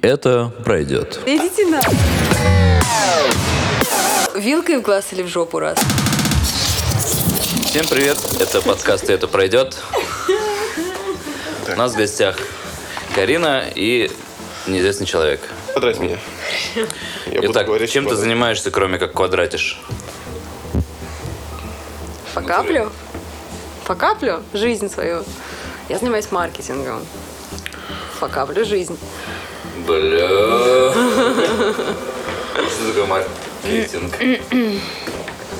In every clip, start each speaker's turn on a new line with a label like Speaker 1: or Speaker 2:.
Speaker 1: Это пройдет.
Speaker 2: Да Идите на... Вилкой в глаз или в жопу раз?
Speaker 1: Всем привет. Это подкаст «И «Это пройдет». У нас в гостях Карина и неизвестный человек.
Speaker 3: Подрать меня. Я буду
Speaker 1: Итак,
Speaker 3: говорить,
Speaker 1: чем ты
Speaker 3: что
Speaker 1: занимаешься, кроме как квадратишь?
Speaker 2: По каплю? По каплю жизнь свою. Я занимаюсь маркетингом. По каплю жизнь.
Speaker 1: Бля. Что такое маркетинг?
Speaker 3: подрать.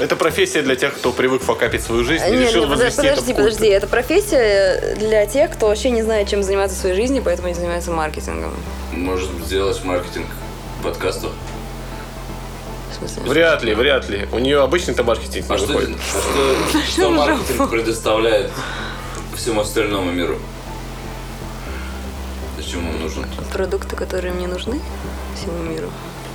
Speaker 3: Это профессия для тех, кто привык факапить свою жизнь и
Speaker 2: Не,
Speaker 3: решил
Speaker 2: не, подожди,
Speaker 3: возвести это в
Speaker 2: подожди,
Speaker 3: культ.
Speaker 2: подожди. Это профессия э, для тех, кто вообще не знает, чем заниматься в своей жизни, поэтому они занимаются маркетингом.
Speaker 1: Может сделать маркетинг подкасту?
Speaker 2: В смысле?
Speaker 3: Вряд ли, вряд ли. У нее обычный-то маркетинг не
Speaker 1: А что,
Speaker 3: выходит.
Speaker 1: что, что маркетинг предоставляет всему остальному миру? Зачем он нужен?
Speaker 2: Продукты, которые мне нужны всему миру.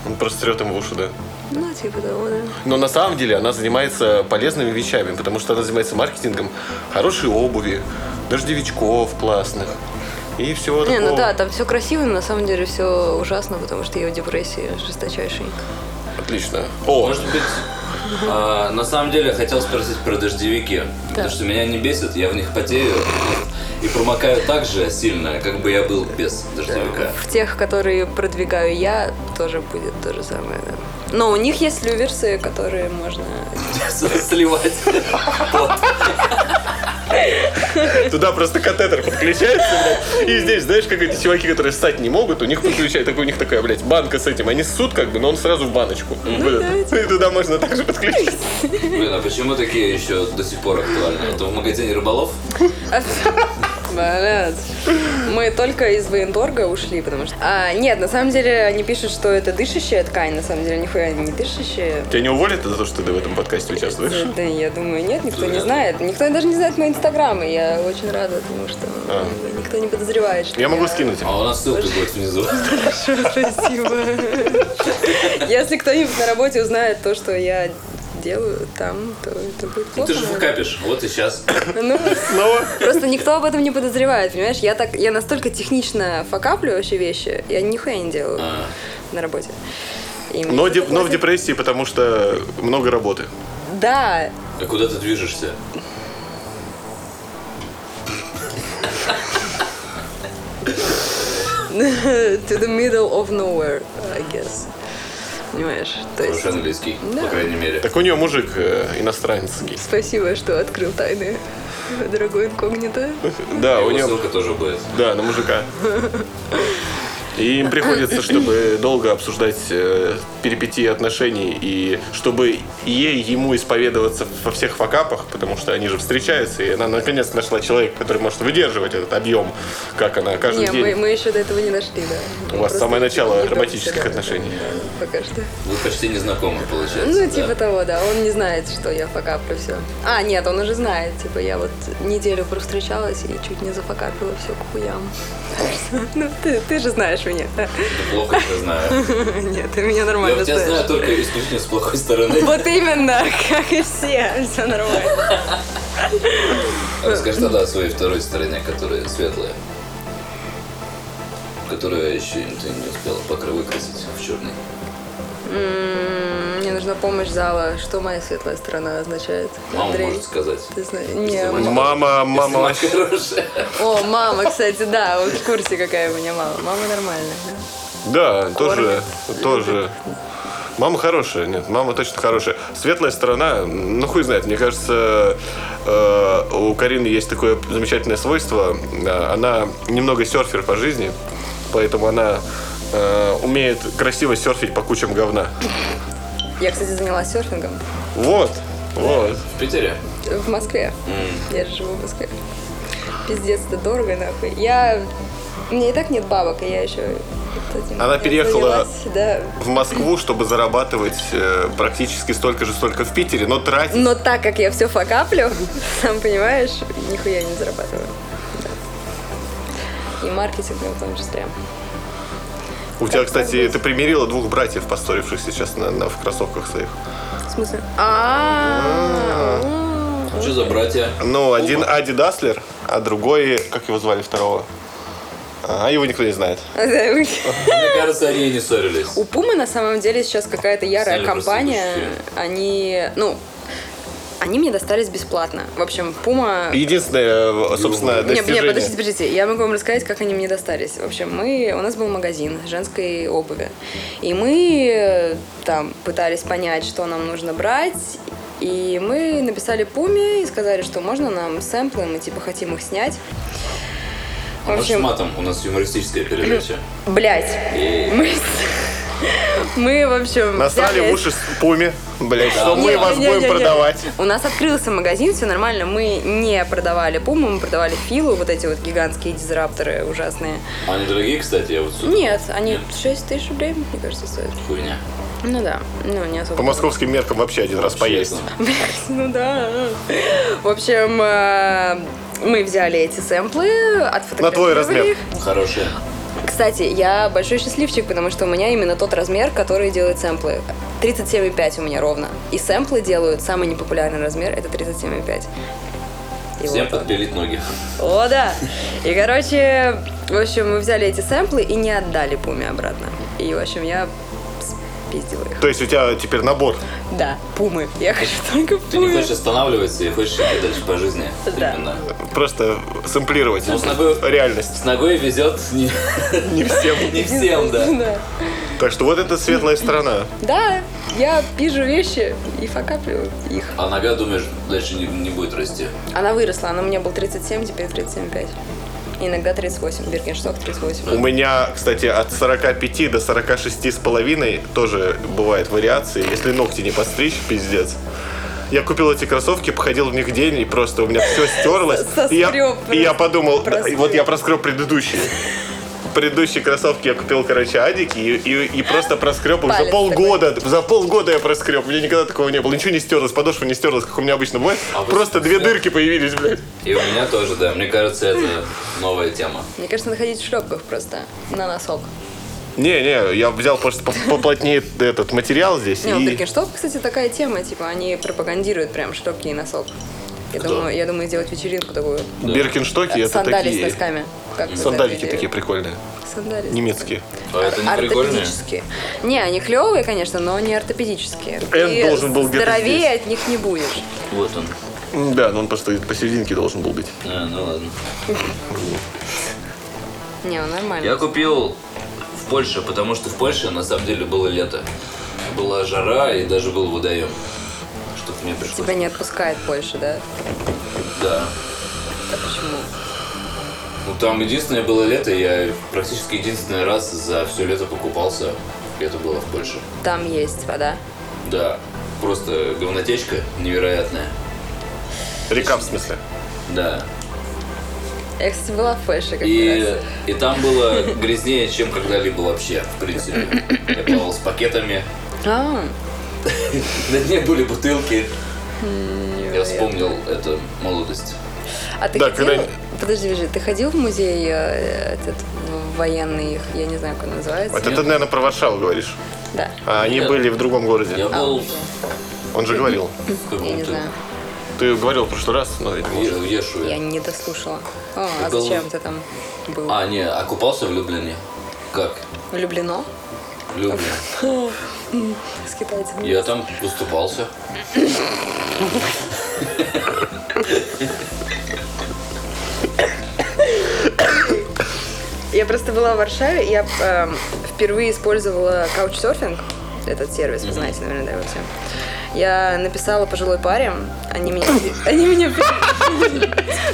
Speaker 3: Он просто срет им в уши, да.
Speaker 2: Ну, типа того, да.
Speaker 3: Но на самом деле она занимается полезными вещами, потому что она занимается маркетингом хорошей обуви, дождевичков классных и всего
Speaker 2: Не,
Speaker 3: такого.
Speaker 2: ну да, там все красиво, но на самом деле все ужасно, потому что я в депрессии жесточайшей.
Speaker 3: Отлично. О,
Speaker 1: Может быть, а, на самом деле я хотел спросить про дождевики, потому что меня не бесит, я в них потею и промокаю так же сильно, как бы я был без дождевика.
Speaker 2: В тех, которые продвигаю я, тоже будет то же самое, да. Но у них есть люверсы, которые можно...
Speaker 1: Сливать. Вот.
Speaker 3: Туда просто катетер подключается, блядь. И здесь, знаешь, как эти чуваки, которые встать не могут, у них подключают, такой, у них такая, блядь, банка с этим. Они ссут как бы, но он сразу в баночку. Вот это. И туда можно также подключить.
Speaker 1: Блин, а почему такие еще до сих пор актуальны? Это в магазине рыболов?
Speaker 2: Блядь. Мы только из военторга ушли, потому что... А, нет, на самом деле они пишут, что это дышащая ткань, на самом деле нихуя не дышащая.
Speaker 3: Тебя не уволят за то, что ты в этом подкасте участвуешь?
Speaker 2: Да, я думаю, нет, никто не знает. Никто даже не знает мой инстаграм, и я очень рада, потому что никто не подозревает, что
Speaker 3: Я могу скинуть.
Speaker 1: А у нас ссылка будет внизу.
Speaker 2: Спасибо. Если кто-нибудь на работе узнает то, что я делаю там, то это будет
Speaker 1: Ну, Ты
Speaker 2: плохо.
Speaker 1: же фукапишь, вот и сейчас.
Speaker 2: наверное. Ну,
Speaker 3: Снова?
Speaker 2: просто никто об этом не подозревает, понимаешь? Я так, я настолько технично факаплю вообще вещи, я нихуя не делаю
Speaker 1: А.
Speaker 2: на работе. И мне
Speaker 3: Но,
Speaker 2: за это
Speaker 3: деп- но в
Speaker 2: платят.
Speaker 3: депрессии, потому что много работы.
Speaker 2: Да,
Speaker 1: А куда ты движешься?
Speaker 2: to the middle of nowhere, I guess. Понимаешь? То есть...
Speaker 1: Хороший английский, по крайней мере.
Speaker 3: Так у нее мужик э, иностранец. гей.
Speaker 2: Спасибо, что открыл тайны, дорогой инкогнито.
Speaker 3: Да, А, у
Speaker 1: Его
Speaker 3: нее...
Speaker 1: ссылка тоже будет.
Speaker 3: Да, на мужика. И им приходится, чтобы долго обсуждать э, перипетии отношений и чтобы ей ему исповедоваться во всех факапах, потому что они же встречаются, и она наконец нашла человека, который может выдерживать этот объем, как она каждый
Speaker 2: Не,
Speaker 3: день.
Speaker 2: мы, мы еще до этого не дошли, да. Мы
Speaker 3: У вас
Speaker 2: просто
Speaker 3: самое начало
Speaker 2: не
Speaker 3: романтических
Speaker 2: дошли, да,
Speaker 3: отношений.
Speaker 2: Пока что.
Speaker 1: Вы почти не знакомы,
Speaker 2: Ну,
Speaker 1: получается.
Speaker 2: типа
Speaker 1: да?
Speaker 2: того, да. Он не знает, что я факаплю все. А, нет, он уже знает. Типа я вот неделю провстречалась и чуть не зафакапила все к хуям. Ну, ты, ты же знаешь меня.
Speaker 1: Плохо я знаю.
Speaker 2: Нет, ты меня
Speaker 1: Я
Speaker 2: нормально
Speaker 1: тебя знаю
Speaker 2: знаешь.
Speaker 1: только исключительно с плохой стороны.
Speaker 2: Вот именно, как и все, все нормально.
Speaker 1: Расскажи тогда о своей второй стороне, которая светлая. Которую еще ты не успела покры выкрасить в черный.
Speaker 2: М, Мне нужна помощь зала. Что моя светлая сторона означает?
Speaker 1: Мама
Speaker 2: Андрей,
Speaker 1: может сказать.
Speaker 2: ты знаешь? Не,
Speaker 1: мать-
Speaker 3: Мама, мама,
Speaker 1: Мама хорошая.
Speaker 2: О, мама, кстати, да, вот в курсе, какая у меня мама. Мама нормальная. да.
Speaker 3: Да, тоже, тоже. Мама хорошая, нет, мама точно хорошая. Светлая сторона, ну хуй знает, мне кажется, э, у Карины есть такое замечательное свойство. э, Она немного серфер по жизни, поэтому она э, умеет красиво серфить по кучам говна.
Speaker 2: Я, кстати, занялась серфингом
Speaker 3: Вот, вот.
Speaker 1: В Питере?
Speaker 2: в Москве. Я же живу в Москве. Пиздец, это дорого, нахуй. Я... У меня и так нет бабок, и я еще... вот этим-
Speaker 3: Она
Speaker 2: я
Speaker 3: переехала-
Speaker 2: занялась, Да.
Speaker 3: В Москву, чтобы зарабатывать э, практически столько же, столько в Питере, но тратить.
Speaker 2: Но так как я все факаплю, сам понимаешь, нихуя не зарабатываю. Да. И маркетингом в том числе.
Speaker 3: У тебя, кстати, ты примирила двух братьев, поссорившихся сейчас на, на- в кроссовках своих.
Speaker 2: В смысле? А,
Speaker 1: Что за братья?
Speaker 3: Ну, один Ади Даслер, а другой, как его звали второго? А его никто не знает.
Speaker 1: Мне кажется, они и не ссорились.
Speaker 2: У Пумы на самом деле сейчас какая-то ярая
Speaker 1: Сняли просто
Speaker 2: компания.
Speaker 1: души.
Speaker 2: Они, ну, они мне достались бесплатно. В общем, Пума...
Speaker 3: Единственное, э, собственно,
Speaker 2: Не, не,
Speaker 3: достижение.
Speaker 2: подождите, подождите, я могу вам рассказать, как они мне достались. В общем, мы, у нас был магазин женской обуви, и мы э, там пытались понять, что нам нужно брать, и мы написали Пуме и сказали, что можно нам сэмплы, мы типа хотим их снять. В
Speaker 1: Может, с
Speaker 2: общем,
Speaker 1: матом у нас юмористическая передача.
Speaker 2: блять,
Speaker 1: И-
Speaker 2: мы, с- мы, в общем,
Speaker 3: Насрали
Speaker 2: взяли-
Speaker 3: в уши с пуми. Блять, что мы
Speaker 2: Не,
Speaker 3: вас
Speaker 2: не, не,
Speaker 3: будем
Speaker 2: не.
Speaker 3: продавать?
Speaker 2: У нас открылся магазин, все нормально. Мы не продавали пуму, мы продавали филу, вот эти вот гигантские дизрапторы ужасные.
Speaker 1: Они дорогие, кстати, я вот сюда
Speaker 2: Нет, они 6 тысяч рублей, мне кажется, стоят.
Speaker 1: хуйня.
Speaker 2: Ну да, ну не особо.
Speaker 3: По московским меркам вообще один раз поесть.
Speaker 1: Честно.
Speaker 2: Блядь, ну да. В общем, э, мы взяли эти сэмплы, отфотографировали
Speaker 3: На твой размер.
Speaker 2: их.
Speaker 1: Хорошие.
Speaker 2: Кстати, я большой счастливчик, потому что у меня именно тот размер, который делает сэмплы. 37,5 у меня ровно. И сэмплы делают, самый непопулярный размер, это 37,5. И
Speaker 1: Всем
Speaker 2: вот он.
Speaker 1: подпилить ноги.
Speaker 2: О, да. И, короче, в общем, мы взяли эти сэмплы и не отдали Пуме обратно. И, в общем, я спиздила их.
Speaker 3: То есть у тебя теперь набор.
Speaker 2: Да, Пумы. Я хочу только
Speaker 1: Ты не
Speaker 2: Пумы.
Speaker 1: хочешь останавливаться и хочешь идти дальше по жизни.
Speaker 2: Да.
Speaker 1: Именно.
Speaker 3: Просто сэмплировать
Speaker 1: Ну, с ногой,
Speaker 3: реальность.
Speaker 1: с ногой везет не,
Speaker 3: Не всем.
Speaker 1: не всем, да.
Speaker 2: Да.
Speaker 3: Так что вот это светлая сторона.
Speaker 2: Да, я пижу вещи и факаплю их.
Speaker 1: А нога, думаешь, дальше не, не будет расти.
Speaker 2: Она выросла, она у меня был 37, теперь 37,5. Иногда 38, Биркеншток 38.
Speaker 3: У меня, кстати, от 45 до 46 с половиной тоже бывают вариации. Если ногти не подстричь, пиздец. Я купил эти кроссовки, походил в них день, и просто у меня все стерлось.
Speaker 2: Со-
Speaker 3: И я,
Speaker 2: соскреб
Speaker 3: и
Speaker 2: просто,
Speaker 3: я подумал, да, и вот
Speaker 2: проскреб.
Speaker 3: я проскреб предыдущие. Предыдущие кроссовки я купил, короче, адики, и, и- и просто проскреб их за
Speaker 2: Палец
Speaker 3: полгода. За полгода я проскреб. У меня никогда такого не было. Ничего не стерлось, подошва не стерлась, как у меня обычно бывает.
Speaker 1: А вы
Speaker 3: просто две
Speaker 1: стерлись?
Speaker 3: дырки появились, блядь.
Speaker 1: И у меня тоже, да. Мне кажется, это новая тема.
Speaker 2: Мне кажется, надо ходить в шлепках просто на носок.
Speaker 3: Не-не, я взял просто поп- поплотнее этот материал здесь.
Speaker 2: Не, у
Speaker 3: и-
Speaker 2: Биркеншток, кстати, такая тема, типа, они пропагандируют прям шлепки и носок. Я думаю, я думаю сделать вечеринку такую.
Speaker 3: Биркинштоки это
Speaker 2: Сандали
Speaker 3: такие.
Speaker 2: с носками. Как вы
Speaker 3: Сандалики
Speaker 2: знаете.
Speaker 3: такие прикольные,
Speaker 2: Сандали. с
Speaker 3: немецкие.
Speaker 1: А это не прикольно?
Speaker 2: Ортопедические. Не, они клевые, конечно, но не ортопедические.
Speaker 3: Эн
Speaker 2: Ты
Speaker 3: должен был где-то
Speaker 2: здоровее
Speaker 3: здесь.
Speaker 2: от них не будешь.
Speaker 1: Вот он.
Speaker 3: М, Да, но он просто посерединке должен был быть.
Speaker 1: А, ну ладно.
Speaker 2: Не, ну, нормально.
Speaker 1: Я купил в Польше, потому что в Польше на самом деле было лето. Была жара и даже был водоем. Чтоб мне пришлось.
Speaker 2: Тебя не отпускает Польша, да?
Speaker 1: Да.
Speaker 2: А почему?
Speaker 1: Ну там единственное было лето, я практически единственный раз за все лето покупался. И Это было в Польше.
Speaker 2: Там есть вода.
Speaker 1: Да. Просто говнотечка невероятная.
Speaker 3: Река в смысле.
Speaker 1: Да.
Speaker 2: Я, кстати, была в Польше как
Speaker 1: И,
Speaker 2: раз.
Speaker 1: и там было грязнее, чем когда-либо вообще, в принципе. Я плавал с пакетами.
Speaker 2: А,
Speaker 1: На дне были бутылки. Я вспомнил это молодость.
Speaker 2: а ты
Speaker 3: Да,
Speaker 2: ходил?
Speaker 3: когда-
Speaker 2: Подожди, подожди, ты ходил в музей э, этот в- военный, их, я не знаю, как он называется.
Speaker 3: Это ты, наверное, про Варшаву говоришь.
Speaker 2: Да.
Speaker 3: А они
Speaker 1: Нет.
Speaker 3: были в другом
Speaker 1: Я
Speaker 3: городе.
Speaker 1: был
Speaker 3: Он же говорил.
Speaker 1: в
Speaker 2: Я А, не знаю.
Speaker 1: каком-то
Speaker 3: Ты говорил в прошлый раз, но это
Speaker 1: е-
Speaker 3: может.
Speaker 1: в
Speaker 2: Я
Speaker 1: Ешуе.
Speaker 2: не дослушала. О, а
Speaker 1: был-
Speaker 2: зачем ты там был?
Speaker 1: А, не, а купался в Люблине? Как?
Speaker 2: Влюблено?
Speaker 1: В Люблине.
Speaker 2: С китайцами.
Speaker 1: Я там выступался.
Speaker 2: Я просто была в Варшаве, я эм, впервые использовала каучсерфинг, этот сервис, вы знаете, наверное, да, его все. Я написала пожилой паре, они меня... Они меня...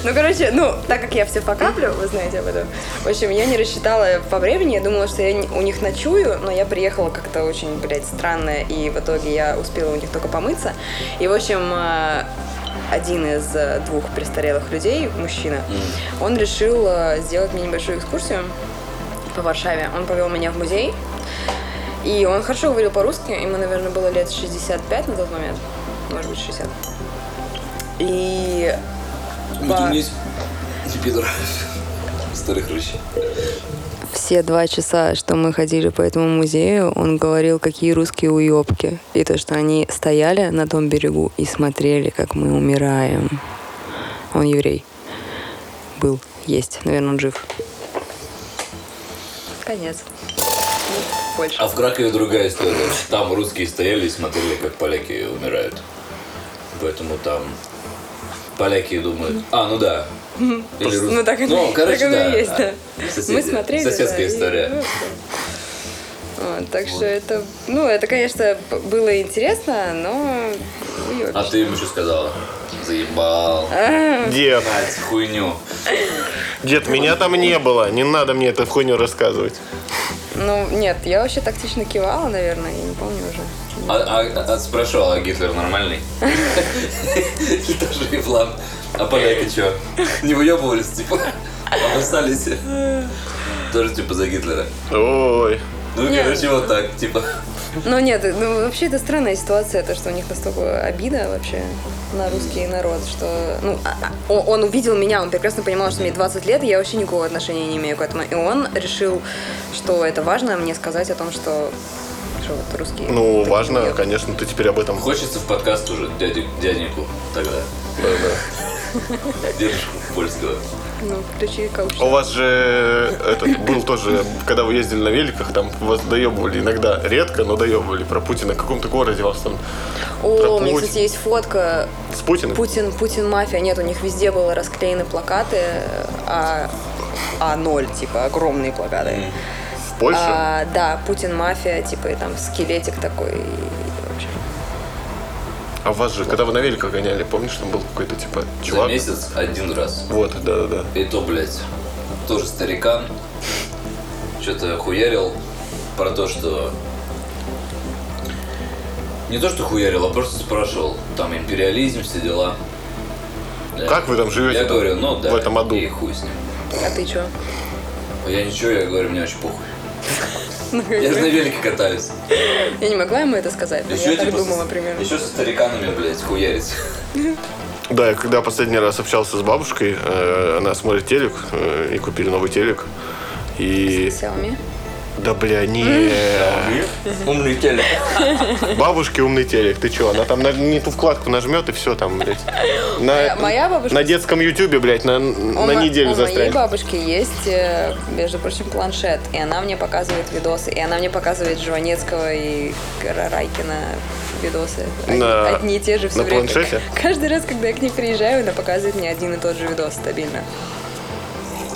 Speaker 2: Ну, короче, ну, так как я все покаплю, вы знаете об этом. В общем, я не рассчитала по времени, я думала, что я не- у них ночую, но я приехала как-то очень, блядь, странно, и в итоге я успела у них только помыться. И, в общем, э, один из э, двух престарелых людей, мужчина, он решил э, сделать мне небольшую экскурсию по Варшаве. Он повел меня в музей, и он хорошо говорил по-русски, ему, наверное, было лет 65 на тот момент, может быть, 60. И Ба-
Speaker 1: Тунис. Пидор. Старый хрыщ.
Speaker 2: все два часа, что мы ходили по этому музею, он говорил, какие русские уебки. И то, что они стояли на том берегу и смотрели, как мы умираем. Он еврей. Был. Есть. Наверное, он жив. Конец. Польша.
Speaker 1: А в Кракове другая история. Там русские стояли и смотрели, как поляки умирают. Поэтому там поляки думают, а, ну да. Или рус-
Speaker 2: Ну, так,
Speaker 1: ну,
Speaker 2: оно-
Speaker 1: короче,
Speaker 2: так оно
Speaker 1: да.
Speaker 2: и есть, да.
Speaker 1: Соседи.
Speaker 2: Мы смотрели.
Speaker 1: Соседская
Speaker 2: да, и- ну,
Speaker 1: история.
Speaker 2: Вот, так что это, ну, это, конечно, б- было интересно, но... уёбище.
Speaker 1: А ты им еще сказала, заебал,
Speaker 2: А?
Speaker 3: Дед,
Speaker 1: блядь, хуйню.
Speaker 3: дед, меня там не было. Не надо мне эту хуйню рассказывать.
Speaker 2: Ну, нет, я вообще тактично кивала, наверное, я не помню уже.
Speaker 1: А, а- а спрошу, а Гитлер нормальный? И тоже еблан. А поляки что? Не выебывались, типа? Обоссались?
Speaker 2: Э.
Speaker 1: Тоже типа за Гитлера.
Speaker 3: Ой.
Speaker 1: Ну,
Speaker 2: Нет.
Speaker 1: короче, вот так, типа.
Speaker 2: Ну, нет, ну, вообще это странная ситуация, то, что у них настолько обида вообще на русский народ, что... Ну, а- а- он, он увидел меня, он прекрасно понимал, что мне 20 лет, и я вообще никакого отношения не имею к этому. И он решил, что это важно мне сказать о том, что, что вот русские...
Speaker 3: Ну,
Speaker 2: такие
Speaker 3: важно,
Speaker 2: уёбки.
Speaker 3: конечно, ты теперь об этом
Speaker 1: Хочется в подкаст уже дяди, дяденьку тогда. Дедушку польского.
Speaker 2: Ну, включи
Speaker 3: А У
Speaker 2: каучук.
Speaker 3: вас же э, этот, был тоже, когда вы ездили на великах, там вас доебывали иногда, редко, но доебывали про Путина. В каком-то городе вас там
Speaker 2: О, у меня,
Speaker 3: Пропу-
Speaker 2: кстати, есть фотка
Speaker 3: с Путиным?
Speaker 2: Путин, Путин мафия. Нет, у них везде было расклеены плакаты, а, а ноль, типа, огромные плакаты.
Speaker 3: В Польше?
Speaker 2: А, да, Путин мафия, типа, и там скелетик такой. и вообще.
Speaker 3: А вас же, когда вы на великах гоняли, помнишь, там был какой-то типа
Speaker 1: За
Speaker 3: чувак?
Speaker 1: месяц один раз.
Speaker 3: Вот, да-да-да.
Speaker 1: И то, блядь, тоже старикан. Что-то хуярил про то, что... Не то, что хуярил, а просто спрашивал. Там империализм, все дела. Да.
Speaker 3: Как вы там живете?
Speaker 1: Я говорю, ну да.
Speaker 3: В этом аду.
Speaker 1: И хуй с ним.
Speaker 2: А ты чё?
Speaker 1: А Я ничего, я говорю, мне очень похуй.
Speaker 2: Ну,
Speaker 1: Я же на велике катаюсь.
Speaker 2: Я не могла ему это сказать, но я так
Speaker 1: типа,
Speaker 2: думала
Speaker 1: с-
Speaker 2: примерно.
Speaker 1: Еще со стариканами, блядь, хуярить.
Speaker 3: Да, я когда последний раз общался с бабушкой, э, она смотрит телек э, и купили новый телек. И...
Speaker 2: Xiaomi.
Speaker 3: Да бля, не.
Speaker 1: Умный телек.
Speaker 3: Бабушки умный телек, ты чё? Она там на- не ту вкладку нажмет и все там, блядь. Э, На,
Speaker 2: Моя бабушка-
Speaker 3: На детском ютюбе, блядь, на,
Speaker 2: У
Speaker 3: на
Speaker 2: мо-
Speaker 3: неделю
Speaker 2: у моей
Speaker 3: застрянет.
Speaker 2: бабушки есть, э, между прочим, планшет, и она мне показывает видосы, и она мне показывает Жванецкого и Кара- Райкина видосы. Одни,
Speaker 3: На-
Speaker 2: одни и те же все
Speaker 3: на
Speaker 2: время.
Speaker 3: планшете?
Speaker 2: Каждый раз, когда я к ней приезжаю, она показывает мне один и тот же видос стабильно.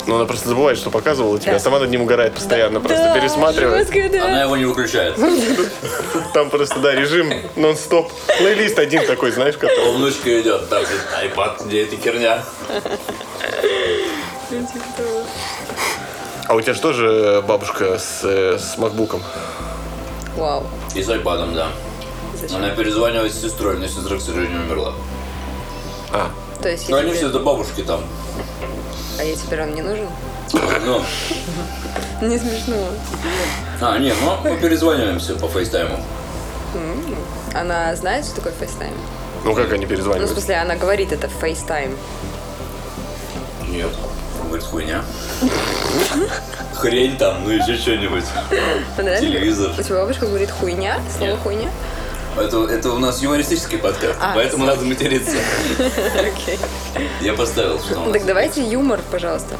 Speaker 3: Ну, она просто забывает, что показывала тебе,
Speaker 2: Да.
Speaker 3: а сама над ним угорает постоянно, просто
Speaker 2: Да,
Speaker 3: пересматривает.
Speaker 2: жестко, да.
Speaker 1: Она его не выключает.
Speaker 3: Там просто, да, режим нон-стоп. Плейлист один такой, знаешь, как
Speaker 1: Его внучка идет, там говорит, айпад, где эта херня?
Speaker 2: Ну, типа того.
Speaker 3: А у тебя же тоже бабушка с, э, с макбуком?
Speaker 2: Вау.
Speaker 1: И с айпадом, да.
Speaker 2: Зачем?
Speaker 1: Она перезванивает с сестрой, но сестра, к сожалению, умерла.
Speaker 3: А,
Speaker 2: То есть,
Speaker 1: Ну,
Speaker 2: я
Speaker 1: они
Speaker 2: тебе-
Speaker 1: все это бабушки там.
Speaker 2: а я теперь он не нужен?
Speaker 1: Ну,
Speaker 2: Не смешно.
Speaker 1: а, не, ну, мы перезваниваемся по фейстайму.
Speaker 2: Она знает, что такое фейстайм?
Speaker 3: ну как
Speaker 2: Ну,
Speaker 3: они
Speaker 2: в
Speaker 3: перезванивают?
Speaker 2: смысле, она говорит это фейстайм.
Speaker 1: Нет. Он говорит, хуйня. Хрень там, ну еще что-нибудь. Телевизор.
Speaker 2: У тебя бабушка говорит хуйня, слово
Speaker 1: Нет.
Speaker 2: хуйня.
Speaker 1: Это, это у нас юмористический подкаст,
Speaker 2: А,
Speaker 1: поэтому надо материться.
Speaker 2: Окей.
Speaker 1: Я поставил, что у нас.
Speaker 2: Так давайте юмор, пожалуйста.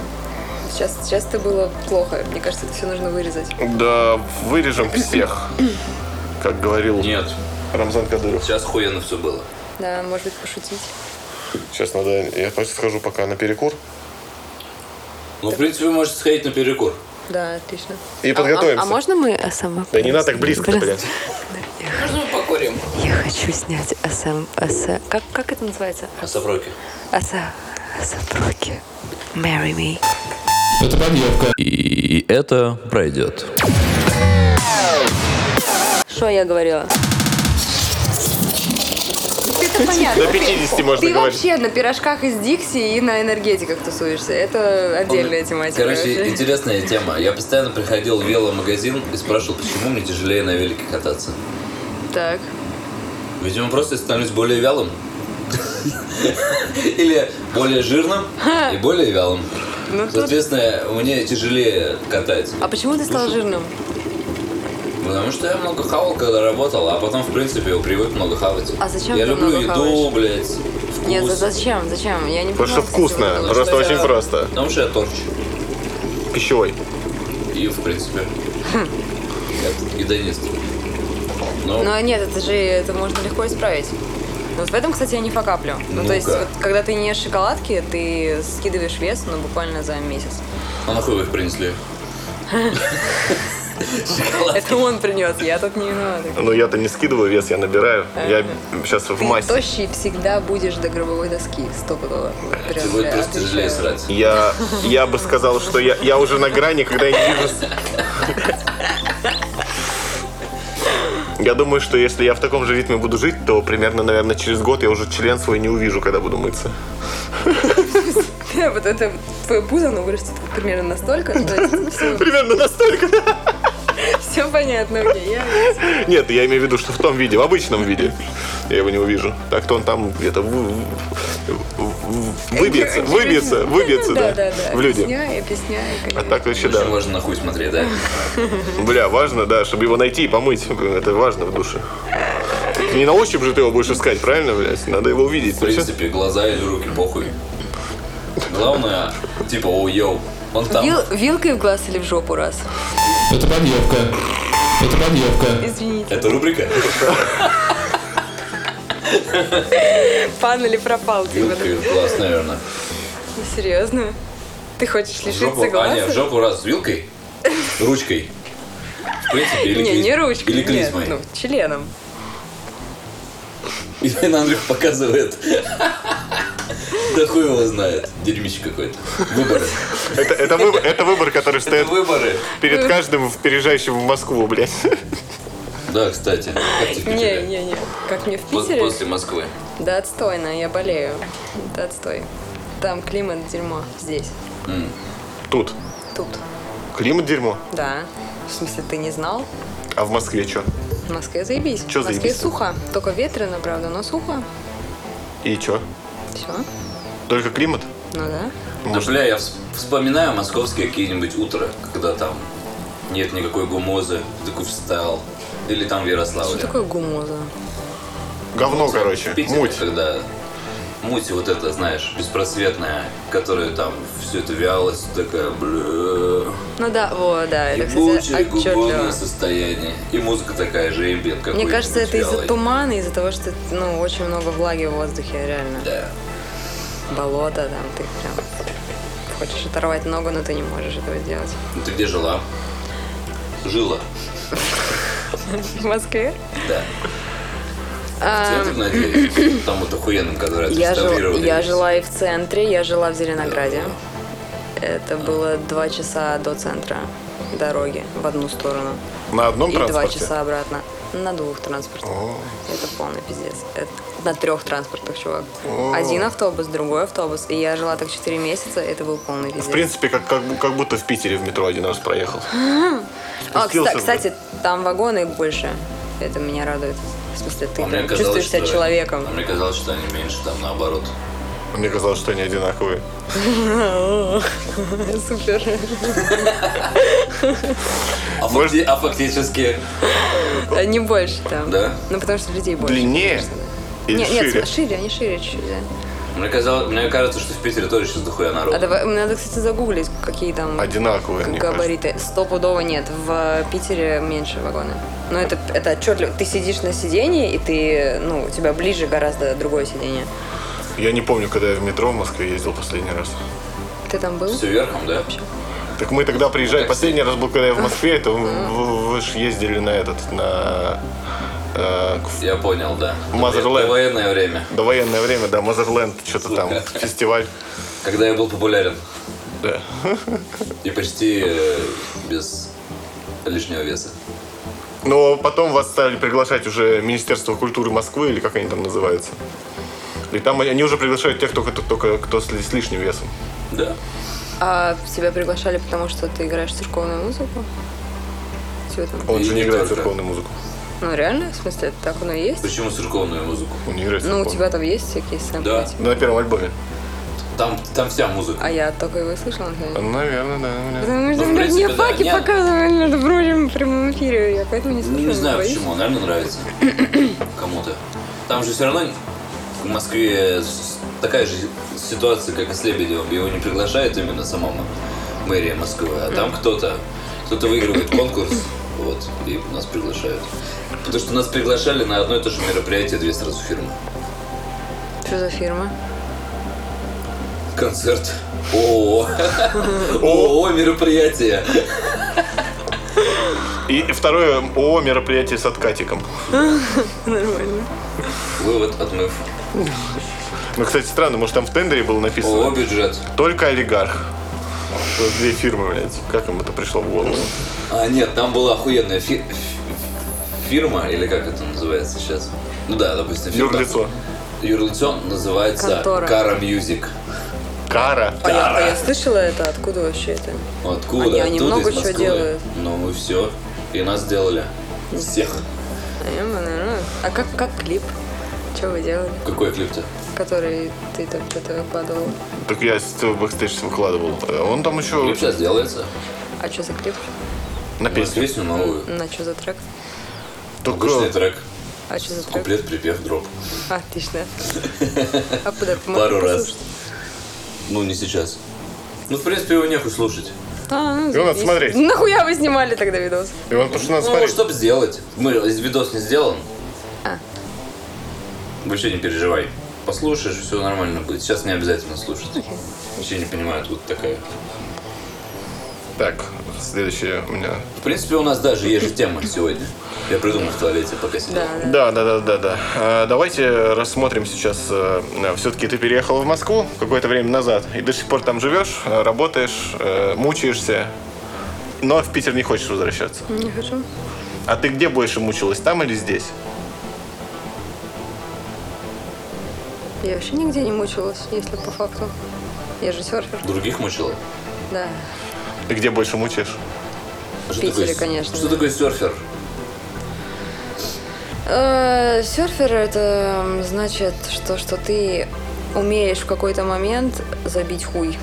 Speaker 2: Сейчас, сейчас ты было плохо. Мне кажется, это все нужно вырезать.
Speaker 3: Да, вырежем всех, как говорил
Speaker 1: Нет,
Speaker 3: Рамзан Кадыров.
Speaker 1: сейчас хуяно все было.
Speaker 2: Да, может быть, пошутить.
Speaker 3: Сейчас надо, я просто схожу пока на перекур.
Speaker 1: Ну, в принципе, вы можете сходить на перекур.
Speaker 2: Да, отлично.
Speaker 3: И
Speaker 2: А-
Speaker 3: подготовимся.
Speaker 2: А, а можно мы сама?
Speaker 3: Да не надо так близко, блядь.
Speaker 1: Можно мы покурим?
Speaker 2: Я хочу снять АСМ... АС... Как, как это называется?
Speaker 1: А сапроки?
Speaker 2: АСА... Асаброки. Marry me.
Speaker 1: И это пройдет.
Speaker 2: Что я говорила? Это понятно.
Speaker 3: До 50 можно
Speaker 2: Ты
Speaker 3: говорить.
Speaker 2: вообще на пирожках из Дикси и на энергетиках тусуешься. Это отдельная тематика.
Speaker 1: Короче,
Speaker 2: вообще.
Speaker 1: интересная тема. Я постоянно приходил в веломагазин и спрашивал, почему мне тяжелее на велике кататься.
Speaker 2: Так.
Speaker 1: Видимо, просто я становлюсь более вялым. Или более жирным и более вялым.
Speaker 2: Ну, тут-
Speaker 1: Соответственно, мне тяжелее катать.
Speaker 2: А почему ты стал жирным?
Speaker 1: Потому что я много хавал, когда работал, а потом, в принципе, привык много хавать.
Speaker 2: А зачем
Speaker 1: Я
Speaker 2: ты
Speaker 1: люблю
Speaker 2: много
Speaker 1: еду,
Speaker 2: хаваешь?
Speaker 1: блядь, вкус.
Speaker 2: Нет, за- зачем? Зачем? Я не
Speaker 3: Потому что
Speaker 2: понимаю,
Speaker 3: вкусно,
Speaker 2: этого.
Speaker 1: Потому
Speaker 3: просто
Speaker 1: что
Speaker 3: очень
Speaker 1: я-
Speaker 3: просто.
Speaker 1: Потому что я торч.
Speaker 3: Пищевой.
Speaker 1: и, в принципе,
Speaker 2: Хм.
Speaker 1: я гедонист. Но
Speaker 2: Но Ну, а нет, это же это можно легко исправить. Ну, Вот в этом, кстати, я не факаплю. Ну,
Speaker 1: Ну-ка.
Speaker 2: то есть, вот, когда ты не ешь шоколадки, ты скидываешь вес, ну, буквально за месяц.
Speaker 1: а нахуй вы их принесли?
Speaker 2: Это он принес, я тут не виновата.
Speaker 3: Но Ну, я-то не скидываю вес, я набираю. Я сейчас в
Speaker 2: Ты
Speaker 3: массе.
Speaker 2: тощий всегда будешь до гробовой доски, стопудово.
Speaker 1: Ты будет просто тяжелее срать.
Speaker 3: Я, я бы сказал, что я, я уже на грани, когда я не вижу... с- Я думаю, что если я в таком же ритме буду жить, то примерно, наверное, через год я уже член свой не увижу, когда буду мыться.
Speaker 2: Вот это твое пузо, оно вырастет вот примерно настолько, что
Speaker 3: Примерно настолько, да?
Speaker 2: все понятно мне. я-
Speaker 3: Нет, я имею в виду, что в том виде, в обычном виде я его не увижу. Так-то он там где-то вы- в- выбьется, выбьется, выбьется, да,
Speaker 2: Да, да, да.
Speaker 3: в люди.
Speaker 2: Объясняй, объясняй. как
Speaker 3: А так вообще,
Speaker 1: Очень
Speaker 3: да.
Speaker 1: можно на хуй смотреть, да?
Speaker 3: Бля, важно, да, чтобы его найти и помыть. Это важно в душе. Не на ощупь же ты его будешь искать, правильно, блядь? Надо его увидеть. Ну
Speaker 1: В принципе, глаза или руки, похуй. Главное, типа, о, йоу, он там.
Speaker 2: Вил- вилкой в глаз или в жопу раз?
Speaker 4: Это подъевка. Это подъевка.
Speaker 2: Извините.
Speaker 1: Это рубрика?
Speaker 2: Пан или пропал, типа, да?
Speaker 1: Вилкой в глаз, наверное.
Speaker 2: Ну, серьезно? Ты хочешь
Speaker 1: В
Speaker 2: лишиться
Speaker 1: жопу, а, нет, в
Speaker 2: глаза?
Speaker 1: жопу раз, с вилкой? Ручкой. В принципе, или
Speaker 2: Не,
Speaker 1: клизмой.
Speaker 2: не ручкой,
Speaker 1: Или
Speaker 2: нет,
Speaker 1: клизмой.
Speaker 2: ну, членом.
Speaker 1: Ирина Андрюх показывает. Да хуй его знает. Дерьмище какое-то. Выборы.
Speaker 3: Это, это выбор, это выбор, который стоит
Speaker 1: Выборы.
Speaker 3: перед каждым в- переезжающим в Москву, блядь.
Speaker 1: Да, кстати. Как ты в
Speaker 2: Не,
Speaker 1: Питере?
Speaker 2: не, не. Как мне в
Speaker 1: Пос-
Speaker 2: Питере?
Speaker 1: После Москвы.
Speaker 2: Да отстойно, я болею. Да отстой. Там климат дерьмо. Здесь.
Speaker 3: Тут.
Speaker 2: Тут.
Speaker 3: Климат дерьмо.
Speaker 2: Да. В смысле, ты не знал?
Speaker 3: А в Москве что?
Speaker 2: В Москве заебись.
Speaker 3: Чё
Speaker 2: в Москве
Speaker 3: заебись-то?
Speaker 2: сухо. Только ветрено, правда, но сухо.
Speaker 3: И что?
Speaker 2: Все.
Speaker 3: Только климат?
Speaker 2: Ну да.
Speaker 1: Да, бля, я вс- вспоминаю московские какие-нибудь утра, когда там нет никакой гумозы, ты такой встал. Или там в
Speaker 2: Что
Speaker 1: Ярославле.
Speaker 2: такое гумоза?
Speaker 3: Говно,
Speaker 1: В
Speaker 3: короче.
Speaker 1: Питере,
Speaker 3: Муть.
Speaker 1: Когда муть вот это, знаешь, беспросветная, которая там все это вялость, такая, бля.
Speaker 2: Ну да, о, да, это, кстати,
Speaker 1: Ебучее
Speaker 2: отчетливо.
Speaker 1: губовное состояние. И музыка такая же, и бед какой
Speaker 2: Мне кажется, это из-за тумана, из-за того, что ну, очень много влаги в воздухе, реально.
Speaker 1: Да.
Speaker 2: Болото там, ты прям хочешь оторвать ногу, но ты не можешь этого сделать.
Speaker 1: Ну ты где жила? Жила.
Speaker 2: В Москве?
Speaker 1: Да. В центр, надеюсь. Там вот охуенным, который
Speaker 2: А, Я, жил-
Speaker 1: отреставрировали.
Speaker 2: я жила и в центре, я жила в Зеленограде. Это было два часа до центра дороги в одну сторону.
Speaker 3: На одном
Speaker 2: И два
Speaker 3: транспорте?
Speaker 2: часа обратно. На двух транспортах. Это полный пиздец. Это на трех транспортах, чувак. Один автобус, другой автобус. И я жила так четыре месяца, это был
Speaker 1: А
Speaker 2: полный пиздец.
Speaker 3: В принципе, как, как, бу- как будто в Питере в метро один раз проехал.
Speaker 2: а,
Speaker 3: спустился
Speaker 2: кста-
Speaker 3: бы.
Speaker 2: кстати, там вагоны больше. Это меня радует. В смысле, ты
Speaker 1: А мне
Speaker 2: прям
Speaker 1: казалось,
Speaker 2: чувствуешь себя
Speaker 1: что-
Speaker 2: человеком.
Speaker 1: а мне казалось, что они меньше, там наоборот.
Speaker 3: Мне казалось, что они одинаковые.
Speaker 2: Супер.
Speaker 1: А,
Speaker 3: Может-
Speaker 1: факти- а фактически...
Speaker 2: А, Не больше там.
Speaker 1: Да?
Speaker 2: Ну, потому что людей больше.
Speaker 3: Длиннее
Speaker 2: конечно, да.
Speaker 3: или
Speaker 2: Нет,
Speaker 3: шире?
Speaker 2: нет, шире, они шире чуть-чуть, да.
Speaker 1: Мне, казалось, мне кажется, что в Питере тоже сейчас дохуя
Speaker 2: А
Speaker 1: народ.
Speaker 2: давай, надо, кстати, загуглить, какие там
Speaker 3: Одинаковые, мне кажется.
Speaker 2: габариты. Стопудово нет, в Питере меньше вагоны. Но это, это отчетливо. Ты сидишь на сиденье, и ты, ну, у тебя ближе гораздо другое сиденье.
Speaker 3: Я не помню, когда я в метро в Москве ездил последний раз.
Speaker 2: Ты там был?
Speaker 1: Все верхом, да?
Speaker 3: Так мы тогда приезжали.
Speaker 1: Ну, такси.
Speaker 3: Последний раз был, когда я в Москве, это вы, вы же ездили на этот, на э, в
Speaker 1: Я понял, да.
Speaker 3: Motherland.
Speaker 1: Это военное время,
Speaker 3: довоенное время, да, Мазерленд, что-то там,
Speaker 1: Сука.
Speaker 3: фестиваль.
Speaker 1: когда я был популярен.
Speaker 3: Да.
Speaker 1: И почти э, без лишнего веса.
Speaker 3: Но потом вас стали приглашать уже Министерство культуры Москвы, или как они там называются. И там они уже приглашают тех, кто, кто, только- кто с, ли- с лишним весом.
Speaker 1: Да.
Speaker 2: А тебя приглашали, потому что ты играешь церковную музыку? Чего там?
Speaker 3: Он
Speaker 1: И
Speaker 3: же не
Speaker 1: не
Speaker 3: играет
Speaker 1: только.
Speaker 3: церковную музыку.
Speaker 2: Ну, реально? В смысле, так оно и есть?
Speaker 1: Почему церковную музыку?
Speaker 3: Он не играет
Speaker 2: Ну, у
Speaker 3: церковную.
Speaker 2: тебя там есть всякие сэмплы?
Speaker 1: Да.
Speaker 2: типа?
Speaker 3: На первом альбоме.
Speaker 1: Там, там вся музыка.
Speaker 2: А я только его и слышала, на самом деле.
Speaker 3: Наверное, да. бля.
Speaker 2: Потому что
Speaker 1: А Ну, в
Speaker 2: мне- мне
Speaker 1: принципе, да,
Speaker 2: факи
Speaker 1: нет.
Speaker 2: показывали, между прочим, в прямом эфире. Я поэтому не слышала.
Speaker 1: Ну, Не знаю
Speaker 2: боюсь.
Speaker 1: почему, наверное, нравится кому-то. Там же все равно в Москве с- такая же ситуация, как и с Лебедевым. Его не приглашают именно самому мэрия Москвы, а там кто-то кто-то выигрывает конкурс, вот, и нас приглашают. Потому что нас приглашали на одно и то же мероприятие две сразу фирмы.
Speaker 2: Что за фирма?
Speaker 1: Концерт. ООО. ООО мероприятие.
Speaker 3: И второе ООО мероприятие с откатиком.
Speaker 1: Вывод отмыв.
Speaker 3: Ну, кстати, странно, может, там в тендере было
Speaker 1: ООО
Speaker 3: написано
Speaker 1: бюджет.
Speaker 3: «Только олигарх». Вот Две фирмы, блядь. Как им это пришло в голову?
Speaker 1: А, нет, там была охуенная фи- фирма, или как это называется сейчас? Ну да, допустим, фирма.
Speaker 3: Юрлицо.
Speaker 1: Юрлицо называется
Speaker 2: Контора.
Speaker 1: Кара Мьюзик.
Speaker 3: Кара.
Speaker 2: А я, а я слышала это, откуда вообще это?
Speaker 1: Откуда?
Speaker 2: Они- они
Speaker 1: Оттуда,
Speaker 2: много
Speaker 1: из
Speaker 2: чего
Speaker 1: Москвы.
Speaker 2: делают.
Speaker 1: Ну и все. И нас сделали. Всех.
Speaker 2: А, я, наверное, а как, как клип? Что вы делали?
Speaker 1: Какой клип-то?
Speaker 2: Который ты там что-то выкладывал?
Speaker 3: Так я с этого бэкстейдж выкладывал. Э, Он там еще
Speaker 1: Клип сейчас делается.
Speaker 2: А что за клип?
Speaker 3: на
Speaker 1: Песню,
Speaker 3: песню.
Speaker 1: новую.
Speaker 2: На что за трек?
Speaker 3: Так,
Speaker 1: Обычный
Speaker 3: э,
Speaker 1: трек.
Speaker 2: А что за трек?
Speaker 1: Куплет, припев, дроп.
Speaker 2: Отлично. А куда? Можно
Speaker 1: Пару раз.
Speaker 2: послушать?
Speaker 1: Ну, не сейчас. Ну, в принципе, его нехуй слушать.
Speaker 2: А, ну,
Speaker 3: Его надо
Speaker 2: заебись.
Speaker 3: смотреть.
Speaker 2: Нахуя вы снимали тогда видос?
Speaker 3: И он потому что надо
Speaker 1: Ну,
Speaker 3: смотреть.
Speaker 1: чтоб сделать. Мы, видос не сделан.
Speaker 2: А.
Speaker 1: Вообще не переживай. Послушаешь, все нормально будет. Сейчас не обязательно слушать. Вообще не понимаю, тут такая.
Speaker 3: Так, следующее у меня.
Speaker 1: В принципе, у нас даже есть же тема сегодня. Я придумал в туалете, пока сидел.
Speaker 2: Да, да.
Speaker 3: Да, да, да, да, да. А, Давайте рассмотрим сейчас. Все-таки ты переехала в Москву какое-то время назад, и до сих пор там живешь, э, работаешь, э, мучаешься, но в Питер не хочешь возвращаться.
Speaker 2: Не хочу.
Speaker 3: А ты где больше мучилась, там или здесь?
Speaker 2: Я вообще нигде не мучилась, если по факту. Я же серфер.
Speaker 1: Других мучило?
Speaker 2: Да.
Speaker 3: Ты где больше мучаешь?
Speaker 1: Что
Speaker 2: Питере,
Speaker 1: такое с-
Speaker 2: конечно,
Speaker 1: Что
Speaker 2: да.
Speaker 1: такое серфер?
Speaker 2: Э, Серфер это м, значит, что, что ты умеешь в какой-то момент забить хуй.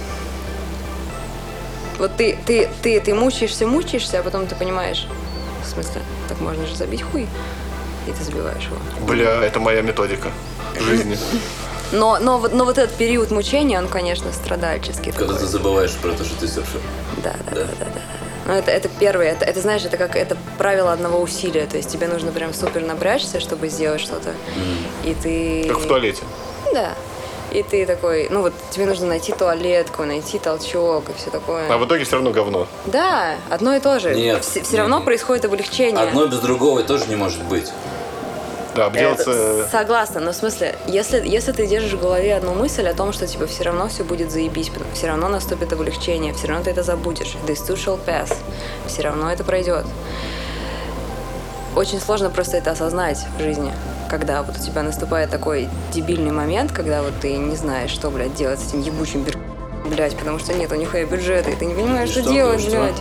Speaker 2: Вот ты, ты, ты, ты мучаешься, мучаешься, а потом ты понимаешь, в смысле, так можно же забить хуй, и ты забиваешь его.
Speaker 3: Бля, это моя методика жизни.
Speaker 2: Но, но, вот- но вот этот период мучения, он, конечно, страдальческий.
Speaker 1: Когда
Speaker 2: такой.
Speaker 1: ты забываешь про то, что ты серфер.
Speaker 2: Да, да, да, да, да. Ну, это, это первое, это, это, знаешь, это как это правило одного усилия. То есть тебе нужно прям супер напрячься, чтобы сделать что-то. И ты.
Speaker 3: Как в туалете.
Speaker 2: Да. И ты такой, ну вот тебе нужно найти туалетку, найти толчок и все такое.
Speaker 3: А в итоге все равно говно.
Speaker 2: Да, одно и то же.
Speaker 1: Нет.
Speaker 2: Все, равно происходит облегчение.
Speaker 1: Одно без другого тоже не может быть.
Speaker 3: Да,
Speaker 2: Это- Э,
Speaker 3: обделаться...
Speaker 2: Согласна, но в смысле, если, если ты держишь в голове одну мысль о том, что типа все равно все будет заебись, все равно наступит облегчение, все равно ты это забудешь. This too shall pass. Все равно это пройдет. Очень сложно просто это осознать в жизни, когда вот у тебя наступает такой дебильный момент, когда вот ты не знаешь, что, блядь, делать с этим ебучим бир... блядь, потому что нет у нихуя бюджета, и ты не понимаешь,
Speaker 1: И
Speaker 2: что,
Speaker 1: что,
Speaker 2: делать,
Speaker 1: что?
Speaker 2: блядь.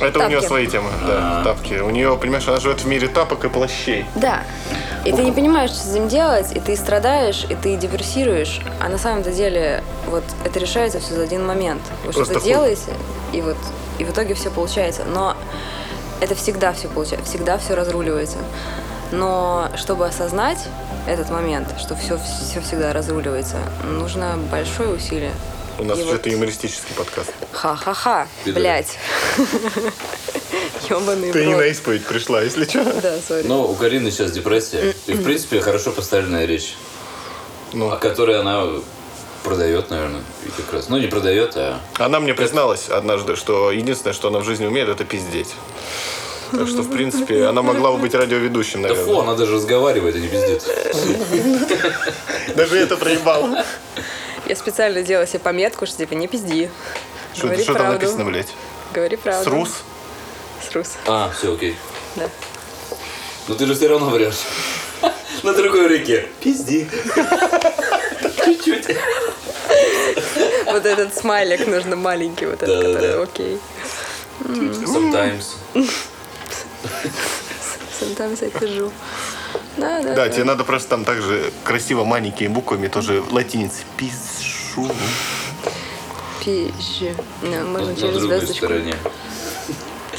Speaker 3: Это у нее
Speaker 2: тапки. А.
Speaker 3: свои темы, да, тапки. У нее, понимаешь, она живет в мире тапок и плащей.
Speaker 2: Да. И ты не понимаешь, что с этим делать, и ты страдаешь, и ты диверсируешь. А на самом-то деле, вот это решается все за один момент. Вы
Speaker 3: Просто
Speaker 2: что-то
Speaker 3: хуй.
Speaker 2: делаете, и вот и в итоге все получается. Но это всегда все получается, всегда все разруливается. Но чтобы осознать этот момент, что все, все всегда разруливается, нужно большое усилие.
Speaker 3: У нас
Speaker 2: И
Speaker 3: все
Speaker 2: вот-
Speaker 3: это юмористический подкаст.
Speaker 2: Ха-ха-ха,
Speaker 1: Пидоры.
Speaker 2: блядь. Ёбаный
Speaker 3: Ты не
Speaker 2: в
Speaker 3: на
Speaker 2: рот.
Speaker 3: исповедь пришла, если что.
Speaker 2: Да, сори.
Speaker 1: Но Ну, у Карины сейчас депрессия. И, в принципе, хорошо поставленная речь.
Speaker 3: Ну.
Speaker 1: О которой она продает, наверное, и как раз. Ну, не продает, а...
Speaker 3: Она мне призналась однажды, что единственное, что она в жизни умеет, это пиздеть. Так что, в принципе, она могла бы быть радиоведущим,
Speaker 1: Да фу,
Speaker 3: наверное.
Speaker 1: она даже разговаривает, а не пиздит.
Speaker 3: Даже это проебала.
Speaker 2: Я специально делала себе пометку, что типа не пизди.
Speaker 3: Что
Speaker 2: Говори
Speaker 3: что там
Speaker 2: правду.
Speaker 3: написано, блядь?
Speaker 2: Говори правду.
Speaker 3: Срус?
Speaker 2: Срус,
Speaker 1: А, все, окей.
Speaker 2: да.
Speaker 1: Но ты же все равно врешь. На другой реке. Пизди. Чуть-чуть.
Speaker 2: Вот этот смайлик нужно маленький, вот этот,
Speaker 1: Да-да-да.
Speaker 2: который окей.
Speaker 1: Sometimes.
Speaker 2: Sometimes I пижу. Да, да.
Speaker 3: Да, тебе надо просто там также красиво маленькими буквами тоже латиницей. Пишу.
Speaker 2: Пижи. Да,
Speaker 1: Ну, На
Speaker 2: можно через
Speaker 1: другой
Speaker 2: звездочку.
Speaker 1: стороне.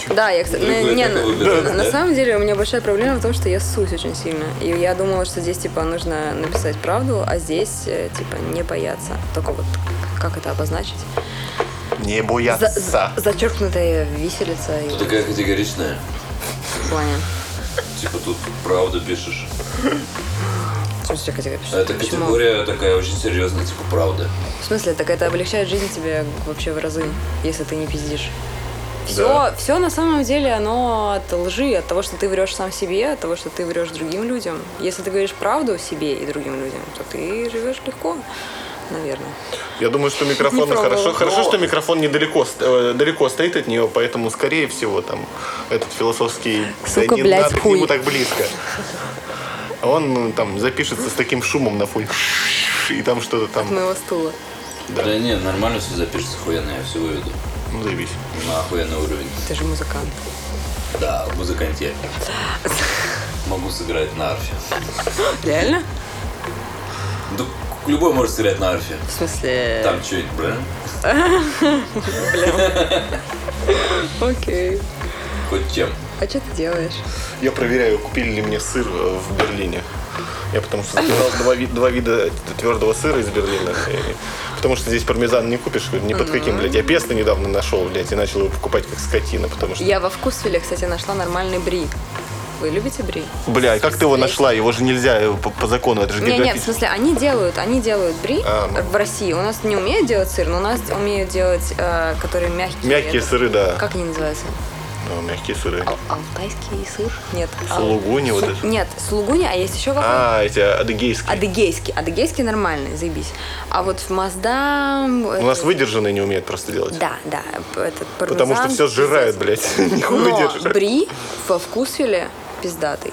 Speaker 2: Да, я, кстати,
Speaker 1: Другой
Speaker 2: не, не,
Speaker 1: такой
Speaker 2: на-
Speaker 1: выбирать,
Speaker 2: на
Speaker 1: да?
Speaker 2: самом деле у меня большая проблема в том, что я сусь очень сильно. И я думала, что здесь, типа, нужно написать правду, а здесь, э, типа, не бояться. Только вот как это обозначить?
Speaker 5: Не
Speaker 2: За- за-
Speaker 5: бояться.
Speaker 2: Зачеркнутая виселица и
Speaker 1: Ты такая категоричная.
Speaker 2: в плане.
Speaker 1: Типа тут правду пишешь.
Speaker 2: В смысле, категория? Почему?
Speaker 1: Это категория такая очень серьезная, типа правда.
Speaker 2: В смысле, так это облегчает жизнь тебе вообще в разы, если ты не пиздишь. Все, все на самом деле оно от лжи, от того, что ты врешь сам себе, от того, что ты врешь другим людям. Если ты говоришь правду себе и другим людям, то ты живешь легко, наверное.
Speaker 3: Я думаю, что микрофон
Speaker 2: Не
Speaker 3: хорошо.
Speaker 2: пробовала.
Speaker 3: Хорошо, что микрофон недалеко ст- э, далеко стоит от нее, поэтому, скорее всего, там этот философский
Speaker 2: Сука,
Speaker 3: да не
Speaker 2: блядь,
Speaker 3: надо к
Speaker 2: хуй.
Speaker 3: нему так близко. А Он ну, там запишется с таким шумом на фуль. И там что-то там.
Speaker 2: Моего стула.
Speaker 1: Да, не, нормально все запишется, охуенно, я все выведу.
Speaker 3: Ну, заебись.
Speaker 1: На охуенный уровень.
Speaker 2: Ты же музыкант.
Speaker 1: Да, музыкант я. Могу сыграть на арфе.
Speaker 2: Реально?
Speaker 1: Да любой может сыграть на арфе.
Speaker 2: В смысле?
Speaker 1: Там что-нибудь, бля.
Speaker 2: Окей.
Speaker 1: Хоть чем.
Speaker 2: А что ты делаешь?
Speaker 3: Я проверяю, купили ли мне сыр э, в Берлине. Я потому что заказал два, ви- два вида твердого сыра из Берлина. И- потому что здесь пармезан не купишь ни под каким, блядь. Я песто недавно нашел, блядь, и начал его покупать как скотина, потому что...
Speaker 2: Я во вкусвиле, кстати, нашла нормальный бри. Вы любите бри?
Speaker 3: Бля, и как ты его нашла? Его же нельзя э, по, по закону, это же
Speaker 2: Не, нет, в
Speaker 3: географически.
Speaker 2: смысле, они делают, они делают бри
Speaker 3: А, ну.
Speaker 2: в России. У нас не умеют делать сыр, но у нас умеют делать, э, которые мягкие.
Speaker 3: Мягкие
Speaker 2: Это-
Speaker 3: сыры, да.
Speaker 2: Как они называются?
Speaker 3: Ну, мягкие сыры.
Speaker 2: Ал- алтайский сыр? Нет. ал-
Speaker 3: Сулугуни вот
Speaker 2: су-
Speaker 3: это?
Speaker 2: Нет, сулугуни, а есть еще какой?
Speaker 3: А, эти адыгейские.
Speaker 2: Адыгейский. Адыгейский нормальный, заебись. А вот в Маздам...
Speaker 3: У нас выдержанные не умеют просто делать.
Speaker 2: Да, да, этот
Speaker 3: Потому что
Speaker 2: пармезан,
Speaker 3: все сжирают,
Speaker 2: пиздец.
Speaker 3: блядь. Нихуя
Speaker 2: Но
Speaker 3: выдержать.
Speaker 2: бри во вкусвиле пиздатый.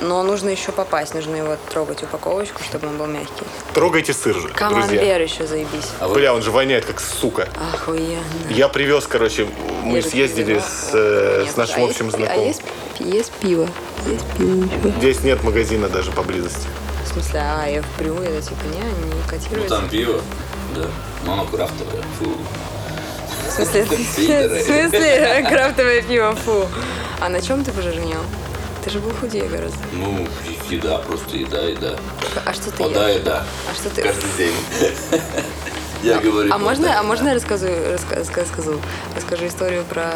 Speaker 2: Но нужно еще попасть, нужно его трогать упаковочку, чтобы он был мягкий.
Speaker 3: Трогайте сыр же, друзья.
Speaker 2: Камамбер еще заебись.
Speaker 3: Бля, он же воняет как сука.
Speaker 2: Охуенно.
Speaker 3: Я привез, короче, мы
Speaker 2: Я же
Speaker 3: съездили
Speaker 2: привезла.
Speaker 3: с, э,
Speaker 2: Нет,
Speaker 3: с нашим
Speaker 2: а
Speaker 3: общим
Speaker 2: есть-
Speaker 3: знакомым.
Speaker 2: А есть, есть пиво? Есть пиво еще.
Speaker 3: Здесь нет магазина даже поблизости.
Speaker 2: В смысле, а, я в Брю, это типа не, они не
Speaker 1: Ну
Speaker 2: котируются.
Speaker 1: там пиво, да. Но оно крафтовое, фу.
Speaker 2: в смысле,
Speaker 1: Ты
Speaker 2: в
Speaker 1: пидоры.
Speaker 2: смысле, крафтовое пиво, фу. А на чем ты пожирнел? Ты же был худее гораздо.
Speaker 1: Ну, е- еда, просто еда, еда.
Speaker 2: А что ты
Speaker 1: Вода,
Speaker 2: ешь?
Speaker 1: еда.
Speaker 2: А что ты...
Speaker 1: Каждый день. Я говорю.
Speaker 2: А можно,
Speaker 1: вода,
Speaker 2: а можно
Speaker 1: еда.
Speaker 2: я расскажу, раска- раска- расскажу, расскажу историю про...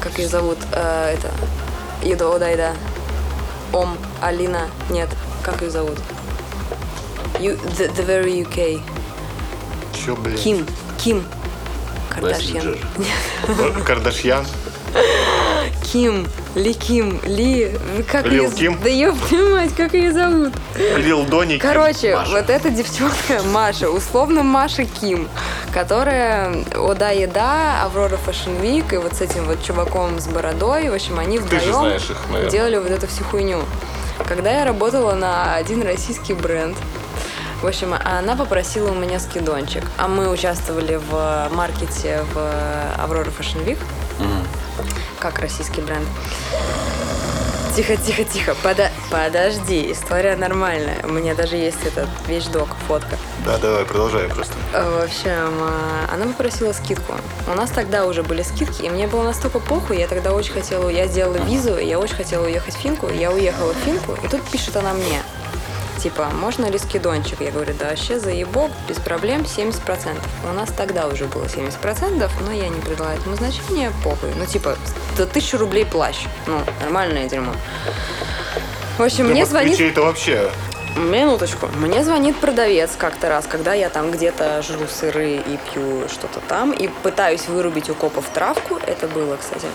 Speaker 2: Как ее зовут? Э, это... Еда, да, да. Ом, Алина, нет, как ее зовут? You, the, the very UK.
Speaker 3: Че, блин?
Speaker 2: Ким. Ким.
Speaker 1: Мессенджер.
Speaker 2: Кардашьян.
Speaker 3: Э, Кардашьян.
Speaker 2: Ким. Ли Ким. Ли... вы Как
Speaker 3: Лил
Speaker 2: её з-
Speaker 3: Ким?
Speaker 2: Да ёб твою мать, как ее зовут?
Speaker 3: Лил Доники.
Speaker 2: Короче, вот эта девчонка Маша, условно Маша Ким, которая «О да, еда», «Аврора Фэшн Вик» и вот с этим вот чуваком с бородой, в общем, они
Speaker 3: Ты же
Speaker 2: вдвоем
Speaker 3: знаешь их, наверное.
Speaker 2: делали вот эту всю хуйню. Когда я работала на один российский бренд, в общем, а она попросила у меня скидончик. А мы участвовали в маркете в Аврора Fashion Week, как российский бренд. Тихо, тихо, тихо. Пода- Подожди, история нормальная. У меня даже есть этот вещдок, фотка.
Speaker 3: Да, давай, продолжай просто.
Speaker 2: В общем, э, она попросила скидку. У нас тогда уже были скидки, и мне было настолько похуй, я тогда очень хотела, я сделала визу, и я очень хотела уехать в Финку, я уехала в Финку, и тут пишет она мне, типа, можно ли скидончик? Я говорю, да вообще заебок, без проблем, 70%. У нас тогда уже было 70%, но я не придала этому значения, похуй. Ну, типа, за 1000 рублей плащ. Ну, нормальное дерьмо. В общем,
Speaker 3: Для
Speaker 2: мне звонит
Speaker 3: москвичей это вообще...
Speaker 2: Минуточку. Мне звонит продавец как-то раз, когда я там где-то жру сыры и пью что-то там, и пытаюсь вырубить у копов травку. Это было, кстати.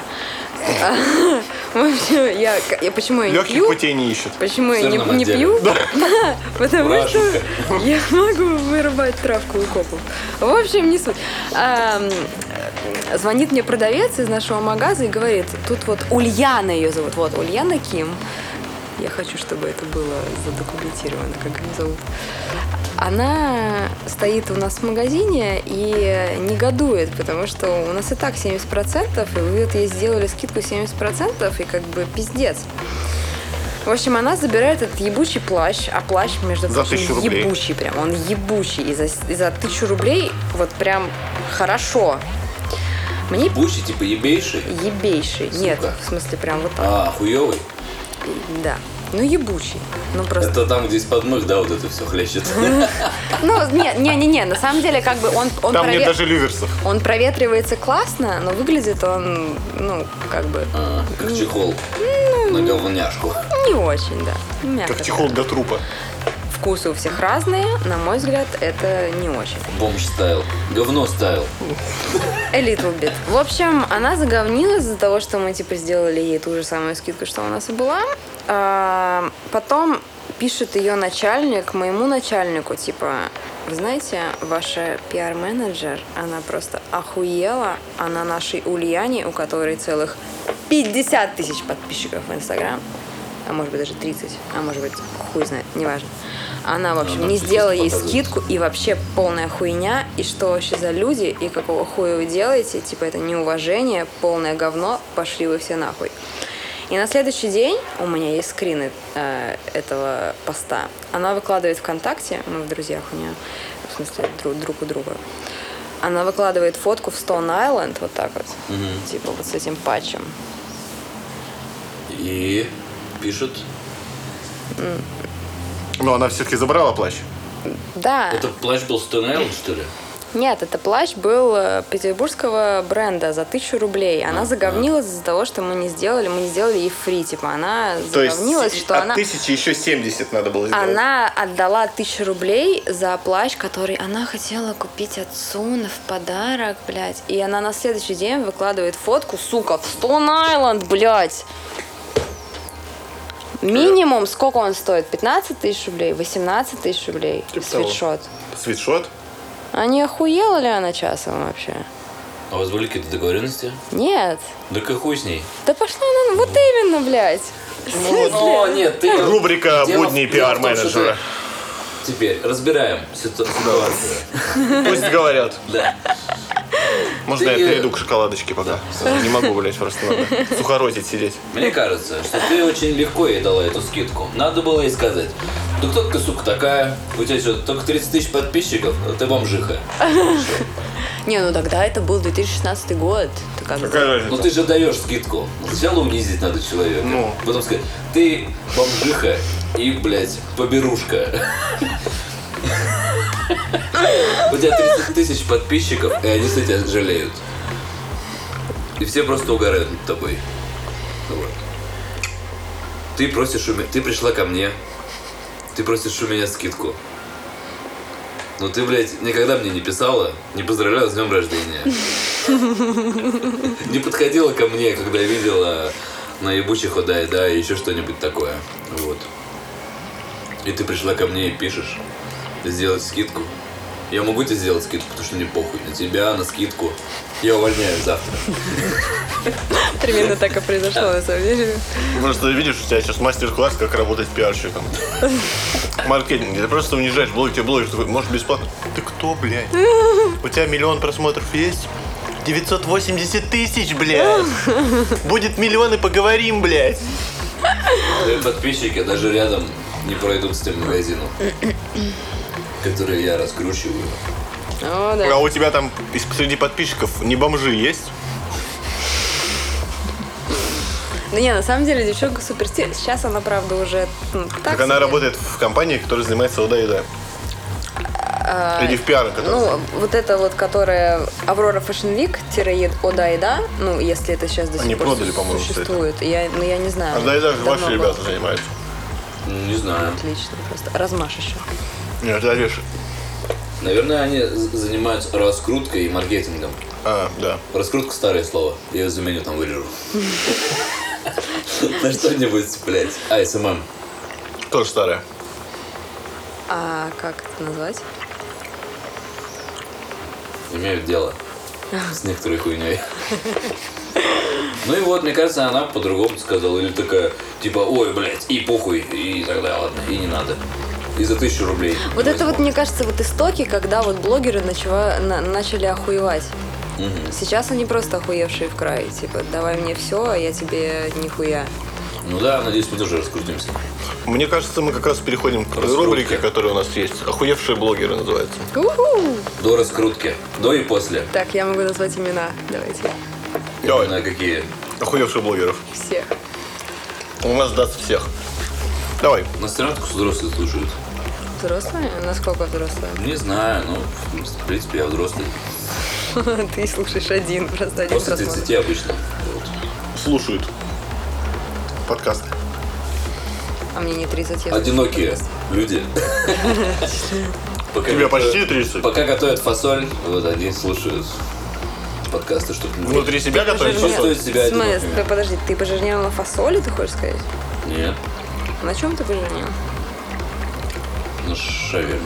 Speaker 2: В общем, я, я почему я не
Speaker 3: Легких
Speaker 2: пью?
Speaker 3: путей не ищут.
Speaker 2: Почему я не,
Speaker 1: Сырном
Speaker 2: не
Speaker 1: отделе.
Speaker 2: пью? Потому что
Speaker 1: Ураженка.
Speaker 2: я могу вырубать травку у копов. В общем, не суть. Ам, Звонит мне продавец из нашего магаза и говорит, тут вот Ульяна ее зовут, вот Ульяна Ким. Я хочу, чтобы это было задокументировано, как ее зовут. Она стоит у нас в магазине и негодует, потому что у нас и так 70%, и вы вот ей сделали скидку 70%, и как бы пиздец. В общем, она забирает этот ебучий плащ, а плащ, между
Speaker 3: За
Speaker 2: прочим,
Speaker 3: 1000 рублей.
Speaker 2: ебучий прям, он ебучий, и за, и за тысячу рублей вот прям хорошо. Мне
Speaker 1: Бущий, типа ебейший.
Speaker 2: ебейший, нет,
Speaker 1: Сука.
Speaker 3: А.
Speaker 2: в смысле прям вот так,
Speaker 1: А, хуёвый.
Speaker 2: да. ну ебучий. Ну просто.
Speaker 1: Это там, где из-под мых, да, вот это все хлещет.
Speaker 2: Ну, не, не, не, не, на самом деле, как бы он, он,
Speaker 3: Там нет
Speaker 2: прове-
Speaker 3: даже люверсов.
Speaker 2: он проветривается классно, но выглядит он, ну, как бы,
Speaker 1: А, Как чехол на говняшку.
Speaker 2: не очень, да. Мягко.
Speaker 3: Как чехол для трупа.
Speaker 2: так. Вкусы у всех разные, на мой взгляд, это не очень.
Speaker 1: Бомж стайл. Говно стайл.
Speaker 2: A little bit. В общем, она заговнилась из-за того, что мы, типа, сделали ей ту же самую скидку, что у нас и была. А, Потом пишет ее начальник моему начальнику, типа, вы знаете, ваша пиар-менеджер, она просто охуела. Она нашей Ульяне, у которой целых 50 тысяч подписчиков в Инстаграм. А может быть даже 30, а может быть хуй знает, неважно. Она, в общем,
Speaker 1: там
Speaker 2: не
Speaker 1: сейчас
Speaker 2: сделала ей
Speaker 1: показывают.
Speaker 2: скидку и вообще полная хуйня. И что вообще за люди, и какого хуя вы делаете? Типа это неуважение, полное говно, пошли вы все нахуй. И на следующий день у меня есть скрины э, этого поста. Она выкладывает ВКонтакте, мы в друзьях у нее, в смысле друг, друг у друга. Она выкладывает фотку в Stone Island, вот так вот, типа вот с этим патчем.
Speaker 1: И пишет.
Speaker 3: Но она все-таки забрала плащ.
Speaker 2: Да.
Speaker 1: Это плащ был Stone Island, что ли?
Speaker 2: Нет, это плащ был э, петербургского бренда за тысячу рублей. Она заговнилась из-за того, что мы не сделали, мы не сделали ей фри, типа она заговнилась, что она
Speaker 3: тысячи еще 70 надо было
Speaker 2: она отдала тысячу рублей за плащ, который она хотела купить отцу на в подарок, блядь. И она на следующий день выкладывает фотку, сука, в Stone Island, блядь. Минимум, сколько он стоит? 15 тысяч рублей? 18 тысяч рублей?
Speaker 3: Типа того.
Speaker 2: Свитшот.
Speaker 3: Свитшот?
Speaker 2: А не охуела ли она часом вообще?
Speaker 1: А у вас были какие-то договоренности?
Speaker 2: Нет.
Speaker 1: Да как хуй с ней.
Speaker 2: Да пошла она, ну, вот именно, блядь. В смысле?
Speaker 1: О, Ну, а, нет, ты...
Speaker 3: Рубрика
Speaker 1: Дело в-
Speaker 3: «Будни
Speaker 1: дело в том, что
Speaker 3: пиар-менеджера».
Speaker 1: ты- Теперь разбираем ситу- ситуацию.
Speaker 3: Пусть говорят.
Speaker 1: Да.
Speaker 3: Можно
Speaker 1: Ты-
Speaker 3: я перейду к шоколадочке пока? Не могу, блядь, просто надо сухорозить сидеть.
Speaker 1: Мне кажется, что ты очень легко ей дала эту скидку. Надо было ей сказать. Да кто ты, сука, такая? У тебя что, только 30 тысяч подписчиков? а Ты бомжиха.
Speaker 2: Не, ну тогда это был 2016 год. Ты как бы-
Speaker 1: Ну ты же даешь скидку. Сначала унизить надо человека.
Speaker 3: Ну.
Speaker 1: Потом сказать, ты бомжиха и, блядь, поберушка. У тебя 30 тысяч подписчиков, и они, кстати, жалеют. И все просто угорают над тобой. Вот. Ты просишь у меня... Ты пришла ко мне. Ты просишь у меня скидку. Но ты, блядь, никогда мне не писала, не поздравляла с днем рождения не подходила ко мне, когда видела на ебучих да, да, и еще что-нибудь такое. Вот. И ты пришла ко мне и пишешь, сделать скидку. Я могу тебе сделать скидку, потому что мне похуй. На тебя, на скидку. Я увольняю завтра.
Speaker 2: Примерно так и произошло, на самом деле.
Speaker 3: Просто видишь, у тебя сейчас мастер-класс, как работать пиарщиком. Маркетинг. Ты просто унижаешь блогер, тебе блогер такой, может, бесплатно? Ты кто, блядь? У тебя миллион просмотров есть? 980 тысяч, блядь! Будет миллион и поговорим, блядь!
Speaker 1: Твои подписчики даже рядом не пройдут с тем магазином, который я раскручиваю.
Speaker 2: О,
Speaker 3: А
Speaker 2: да.
Speaker 3: у тебя там из- среди подписчиков не бомжи есть?
Speaker 2: Да Ну не, на самом деле девчонка супер стиль. Сейчас она, правда, уже ну, так.
Speaker 3: Так она
Speaker 2: себе.
Speaker 3: работает в компании, которая занимается вода и да. Или в пиаре, которая.
Speaker 2: А, Ну, вот это вот, которая Аврора Fashion Week, тире «О да и да», ну, если это сейчас до сих
Speaker 3: Они
Speaker 2: пор
Speaker 3: продали,
Speaker 2: су-
Speaker 3: по-моему, что это.
Speaker 2: существует. Я, ну, я не знаю.
Speaker 3: А да и да же
Speaker 2: Давно
Speaker 3: ваши
Speaker 2: было.
Speaker 3: ребята занимаются.
Speaker 1: Ну, Не знаю.
Speaker 2: Отлично, просто размаш еще.
Speaker 3: Нет, это Олеша.
Speaker 1: Наверное, они з- занимаются раскруткой и маркетингом.
Speaker 3: А, да.
Speaker 1: Раскрутка старое слово. Я её заменю там вырежу. На что-нибудь, блядь. АСММ.
Speaker 3: Тоже старая.
Speaker 2: А как это назвать?
Speaker 1: Имеют дело с некоторой хуйней. Ну и вот, мне кажется, она по-другому сказала. Или такая, типа, ой, блядь, и похуй, и тогда ладно, и не надо. И за тысячу рублей.
Speaker 2: Вот это вот, мне кажется, вот истоки, когда вот блогеры начала- на- начали охуевать. Сейчас они просто охуевшие в край. Типа, давай мне все, а я тебе нихуя.
Speaker 1: Ну да, надеюсь, мы тоже раскрутимся.
Speaker 3: Мне кажется, мы как раз переходим к
Speaker 1: Раскрутка.
Speaker 3: рубрике, которая у нас есть. Охуевшие блогеры называется.
Speaker 2: Уху!
Speaker 1: До раскрутки. До и после.
Speaker 2: Так, я могу назвать имена. Давайте.
Speaker 3: Давай,
Speaker 1: На какие?
Speaker 3: охуевших блогеров.
Speaker 2: Всех.
Speaker 3: У нас даст всех. Давай.
Speaker 1: На странку взрослые слушают.
Speaker 2: Взрослые? Насколько взрослые?
Speaker 1: Не знаю, ну, в принципе, я взрослый.
Speaker 2: Ты слушаешь один, просто один
Speaker 1: После
Speaker 2: просмотр.
Speaker 1: 30 обычно. Вот.
Speaker 3: Слушают. Подкаст.
Speaker 2: А мне не 30, я
Speaker 1: Одинокие люди. Пока
Speaker 3: Тебе
Speaker 1: готовят-
Speaker 3: почти 30.
Speaker 1: Пока готовят фасоль, вот они слушают подкасты, чтобы не
Speaker 3: Внутри себя готовишь?
Speaker 2: Пожирнела.
Speaker 1: Чувствует себя
Speaker 2: Смысл?
Speaker 1: одинокими.
Speaker 2: Ты Подожди, ты пожирнела на фасоли, ты хочешь сказать?
Speaker 1: Нет,
Speaker 2: На чем ты пожирнела?
Speaker 1: ну шаверме.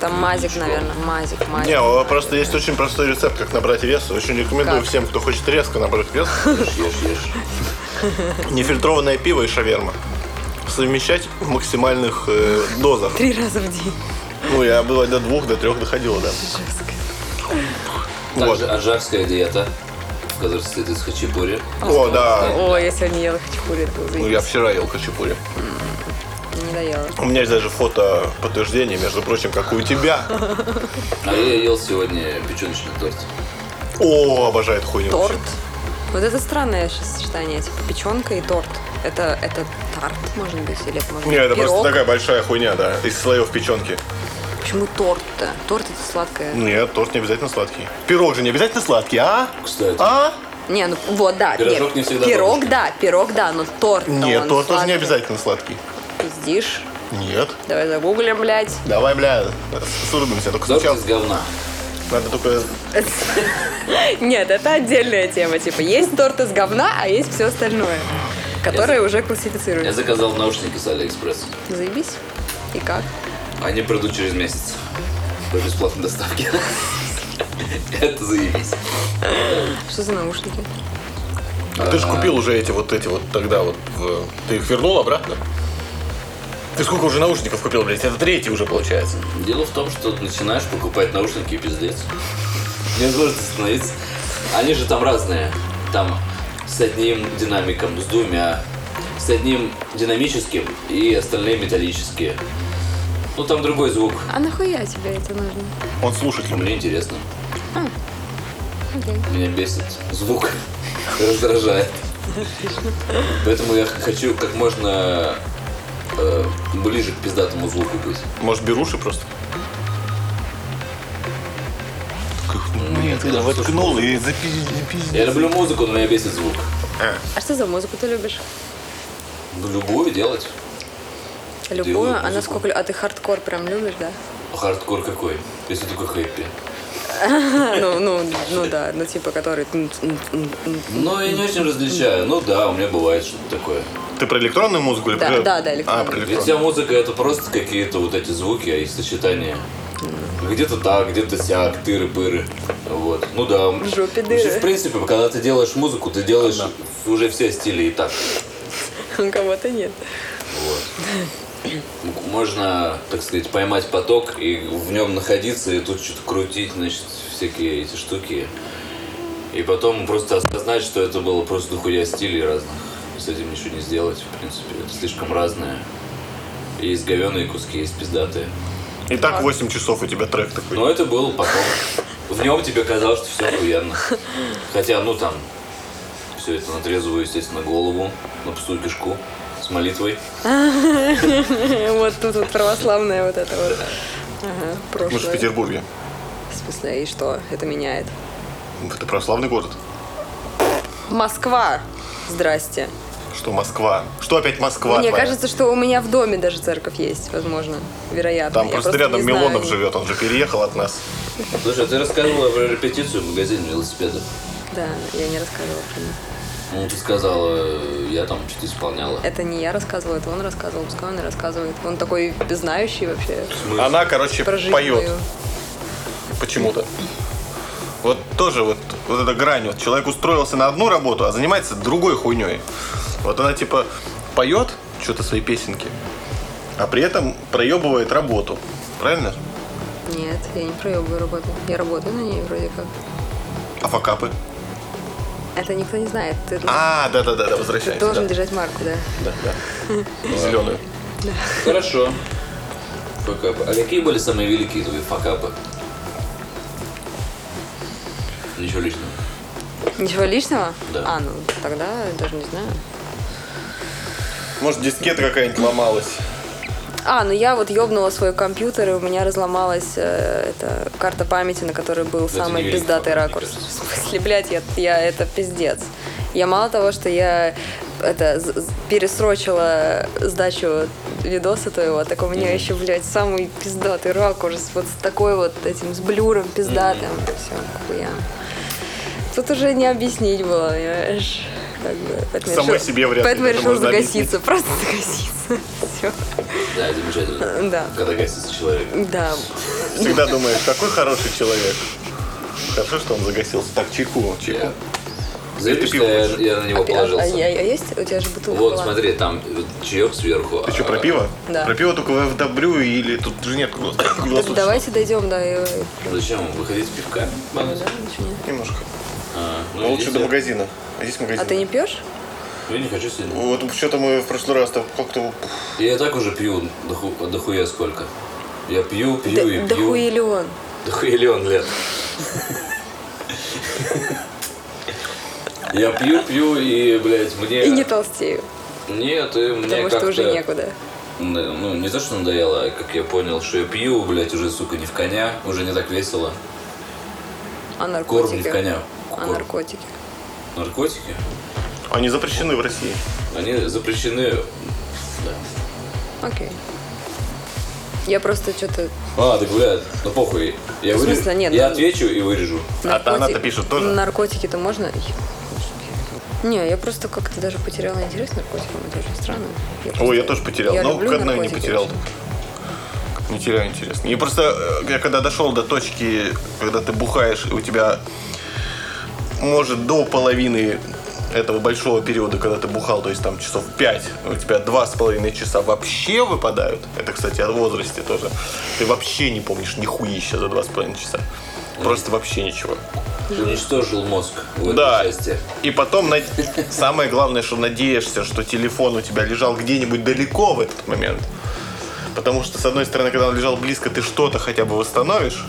Speaker 2: Там мазик,
Speaker 1: Ну, Ничего.
Speaker 2: наверное, мазик, мазик.
Speaker 3: Не, о, просто есть очень простой рецепт, как набрать вес. Очень рекомендую
Speaker 2: Как?
Speaker 3: всем, кто хочет резко набрать вес.
Speaker 1: Ешь, ну, ешь, ешь.
Speaker 3: Нефильтрованное пиво и шаверма. Совмещать в максимальных э, дозах.
Speaker 2: Три раза в день.
Speaker 3: Ну, я было до двух, до трех доходила, да.
Speaker 2: Жестко.
Speaker 1: Также
Speaker 3: Вот.
Speaker 1: аджарская диета, которая состоит из хачапури.
Speaker 3: О,
Speaker 1: А.
Speaker 3: да.
Speaker 2: О, я сегодня ела хачапури, это было
Speaker 3: Ну,
Speaker 2: заебись.
Speaker 3: я вчера ел хачапури.
Speaker 2: Не доела.
Speaker 3: У меня есть даже фото подтверждение, между прочим, как и у тебя.
Speaker 1: А я ел сегодня печеночный торт.
Speaker 3: О, обожает хуйню. вообще.
Speaker 2: Торт. Вот это странное сочетание, типа печенка и торт. Это, это тарт, может быть, или это может
Speaker 3: Не,
Speaker 2: быть
Speaker 3: это
Speaker 2: пирог?
Speaker 3: просто такая большая хуйня, да. Из слоев печенки.
Speaker 2: Почему торт-то? Торт это сладкое.
Speaker 3: Нет, торт не обязательно сладкий. Пирог же не обязательно сладкий, а?
Speaker 1: Кстати.
Speaker 3: А?
Speaker 2: Не, ну вот, да.
Speaker 1: Пирожок
Speaker 2: нет.
Speaker 1: не всегда
Speaker 2: Пирог,
Speaker 1: бабушка.
Speaker 2: да, пирог, да, но торт
Speaker 3: Нет, торт тоже не обязательно сладкий.
Speaker 2: Пиздишь.
Speaker 3: Нет.
Speaker 2: Давай загуглим, блядь.
Speaker 3: Давай, бля, с- срубимся. Только
Speaker 1: Торт
Speaker 3: сначала
Speaker 1: из говна.
Speaker 3: надо только...
Speaker 2: Нет, это отдельная тема. Типа, есть торт из говна, а есть все остальное, которое уже
Speaker 1: Я
Speaker 2: классифицируют.
Speaker 1: заказал наушники с Алиэкспресс.
Speaker 2: Заебись. И как?
Speaker 1: Они придут через месяц по бесплатной доставке. Это заебись.
Speaker 2: Что за наушники?
Speaker 3: Ты же купил уже эти вот эти вот тогда вот. в- Ты их вернул обратно? Ты сколько уже наушников купил, блядь? Это третий уже получается.
Speaker 1: Дело в том, что начинаешь покупать наушники и пиздец. Невозможно остановиться. Они же там разные. Там с одним динамиком, с двумя, с одним динамическим и остальные металлические. Ну там другой звук. А
Speaker 2: А нахуя тебе это нужно?
Speaker 3: Он слушатель.
Speaker 1: Мне интересно.
Speaker 2: Окей.
Speaker 1: Меня бесит звук. Раздражает. Поэтому я хочу как можно э, ближе к пиздатому звуку быть.
Speaker 3: Может, беруши просто? Ну,
Speaker 1: Нет, я
Speaker 3: Воткнул и запиздил.
Speaker 1: Я люблю музыку, но меня бесит звук.
Speaker 2: А что за музыку ты любишь?
Speaker 1: Ну, Любую делать.
Speaker 2: Любую? А
Speaker 1: музыку.
Speaker 2: насколько... А ты хардкор прям любишь, да?
Speaker 1: Хардкор какой? Если только хэппи.
Speaker 2: Ну, ну, ну да, ну типа, который... тн- тн- тн- тн.
Speaker 1: Но Ну, я не очень различаю. Ну да, у меня бывает что-то такое.
Speaker 3: Ты про электронную музыку или
Speaker 2: Да,
Speaker 3: про...
Speaker 2: да, да,
Speaker 3: А,
Speaker 2: электронную.
Speaker 3: про
Speaker 1: Для
Speaker 3: электронную.
Speaker 1: тебя музыка это просто какие-то вот эти звуки и сочетания. Где-то так, где-то сяк, тыры-пыры. Вот. Ну да. В
Speaker 2: жопе дыры.
Speaker 1: В принципе, когда ты делаешь музыку, ты делаешь уже все стили и так.
Speaker 2: У ну, кого-то нет.
Speaker 1: Можно, так сказать, поймать поток и в нем находиться, и тут что-то крутить, значит, всякие эти штуки. И потом просто осознать, что это было просто дохуя стилей разных. С этим ничего не сделать, в принципе. Это слишком разное. Есть говёные куски, есть пиздатые.
Speaker 3: И так 8 часов у тебя трек такой.
Speaker 2: Ну,
Speaker 1: Но это был потом. В нем тебе казалось, что все охуенно. Хотя, ну там, все это на трезвую, естественно, голову, на пустую кишку, с молитвой.
Speaker 2: Вот тут вот православная вот это вот. Ага,
Speaker 3: Мы же в
Speaker 2: прошлое.
Speaker 3: Петербурге.
Speaker 2: В смысле, и что? Это меняет.
Speaker 3: Это православный город.
Speaker 2: Москва! Здрасте.
Speaker 3: Что Москва? Что опять Москва?
Speaker 2: Мне
Speaker 3: твоя?
Speaker 2: кажется, что у меня в доме даже церковь есть, возможно. Вероятно.
Speaker 3: Там
Speaker 2: Я
Speaker 3: просто,
Speaker 2: не
Speaker 3: рядом
Speaker 2: знаю.
Speaker 3: Милонов живет, он же переехал от нас.
Speaker 1: Слушай, а ты рассказывала про репетицию в магазине велосипедов.
Speaker 2: Да, я не рассказывала про них.
Speaker 1: Ну, ты сказала, э, я там что-то исполняла.
Speaker 2: Это не я рассказывала, это он рассказывал, пускай он и рассказывает. Он такой знающий вообще.
Speaker 3: Она, короче,
Speaker 2: Про жизнь
Speaker 3: поет
Speaker 2: мою.
Speaker 3: почему-то. Вот тоже вот, вот эта грань. Вот человек устроился на одну работу, а занимается другой хуйней. Вот она типа поет что-то свои песенки, а при этом проебывает работу. Правильно?
Speaker 2: Нет, я не проебываю работу. Я работаю на ней вроде как.
Speaker 3: А факапы?
Speaker 2: Это никто не знает. Ты
Speaker 3: А, да-да-да, да,
Speaker 2: ты
Speaker 3: возвращаемся.
Speaker 2: должен
Speaker 3: да.
Speaker 2: держать марку, да.
Speaker 3: Зеленую.
Speaker 1: Хорошо. Факапы. А какие были самые великие твои факапы? Ничего личного.
Speaker 2: Ничего личного?
Speaker 1: Да.
Speaker 2: А, ну тогда даже не знаю.
Speaker 3: Может, дискета какая-нибудь ломалась.
Speaker 2: А, ну я вот ёбнула свой компьютер, и у меня разломалась э, эта карта памяти, на которой был
Speaker 1: это
Speaker 2: самый
Speaker 1: не
Speaker 2: пиздатый
Speaker 1: велик,
Speaker 2: ракурс.
Speaker 1: мне
Speaker 2: В смысле, блядь, я, я это пиздец. Я мало того, что я это з- з- пересрочила сдачу видоса твоего, так у меня еще, блядь, самый пиздатый ракурс, вот с такой вот этим, с блюром пиздатым. Все, хуя. Тут уже не объяснить было, понимаешь? Как бы, поэтому я
Speaker 3: Самой
Speaker 2: решила-
Speaker 3: себе вряд ли
Speaker 2: Поэтому я
Speaker 3: это
Speaker 2: решила
Speaker 3: можно
Speaker 2: загаситься, просто загаситься. Все.
Speaker 1: Да, замечательно.
Speaker 2: Э, Да.
Speaker 1: Когда гасится человек.
Speaker 2: Да.
Speaker 3: Всегда думаешь, какой хороший человек. Хорошо, что он загасился. Так, чайку, чайку.
Speaker 1: Я... Заметил,
Speaker 3: Ты
Speaker 1: что я, я на него
Speaker 2: А, я-
Speaker 1: положился.
Speaker 2: а есть? У тебя же бутылка
Speaker 1: Вот,
Speaker 2: была.
Speaker 1: смотри, там чаек сверху. а
Speaker 3: Ты что, про пиво?
Speaker 2: Да.
Speaker 3: Про пиво только в добрю или тут же нет глаз-
Speaker 2: Так
Speaker 3: глазу.
Speaker 2: давайте дойдем, э, да. и-
Speaker 1: Зачем выходить с пивка?
Speaker 2: Ну да, ничего нет.
Speaker 3: Немножко.
Speaker 1: А, ну,
Speaker 3: Ну, лучше
Speaker 1: здесь
Speaker 3: до
Speaker 1: я-
Speaker 3: магазина. А здесь магазин.
Speaker 2: А ты не пьешь?
Speaker 1: Я не хочу сегодня.
Speaker 3: Вот что-то мы в прошлый раз там как-то...
Speaker 1: Я и так уже пью доху- дохуя сколько. Я пью, пью
Speaker 2: Да,
Speaker 1: и
Speaker 2: да
Speaker 1: пью.
Speaker 2: хуелион.
Speaker 1: Дохуя миллион лет. Я пью, пью и, блядь, мне...
Speaker 2: И не толстею,
Speaker 1: Нет, и мне
Speaker 2: потому что
Speaker 1: как-то-
Speaker 2: уже некуда.
Speaker 1: Да, Ну, не то, что надоело, а как я понял, что я пью, блядь, уже, сука, не в коня, уже не так весело.
Speaker 2: А наркотики?
Speaker 1: Корм не в коня.
Speaker 2: А
Speaker 1: Корм.
Speaker 2: наркотики?
Speaker 1: Наркотики?
Speaker 3: Они запрещены в России.
Speaker 1: Они запрещены... Да.
Speaker 2: Окей. Я просто что-то...
Speaker 1: А, так, блядь, ну похуй. Я,
Speaker 2: В
Speaker 1: вырежу.
Speaker 2: смысле? Нет,
Speaker 1: я
Speaker 2: ну-
Speaker 1: отвечу и вырежу.
Speaker 3: А та она-то пишет тоже?
Speaker 2: Наркотики-то можно? Ё- Не, я просто как-то даже потеряла интерес к наркотикам, это очень странно.
Speaker 3: Ой, я тоже потерял.
Speaker 2: Я
Speaker 3: но
Speaker 2: люблю
Speaker 3: к одной не
Speaker 2: наркотики
Speaker 3: потерял.
Speaker 2: очень.
Speaker 3: Не теряю интерес. И просто э, я когда дошел до точки, когда ты бухаешь, и у тебя может до половины этого большого периода, когда ты бухал, то есть там часов 5, у тебя два с половиной часа вообще выпадают. Это, кстати, о возрасте тоже. Ты вообще не помнишь нихуища за два с половиной часа. Просто вообще ничего.
Speaker 1: Уничтожил мозг в этой
Speaker 3: Да.
Speaker 1: части.
Speaker 3: И потом над- самое главное, что надеешься, что телефон у тебя лежал где-нибудь далеко в этот момент. Потому что, с одной стороны, когда он лежал близко, ты что-то хотя бы восстановишь,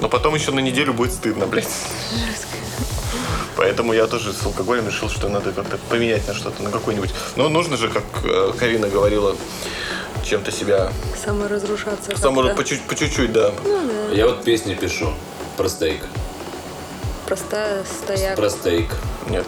Speaker 3: но потом еще на неделю будет стыдно, блядь. Поэтому я тоже с алкоголем решил, что надо как-то поменять на что-то, на какой-нибудь. Но нужно же, как э, Карина говорила, чем-то себя.
Speaker 2: Саморазрушаться. как-то.
Speaker 3: Само по чуть- по чуть-чуть, да.
Speaker 2: Ну.
Speaker 1: Я вот песни пишу про стейк.
Speaker 2: Простая стояк.
Speaker 1: Про стейк.
Speaker 3: Нет.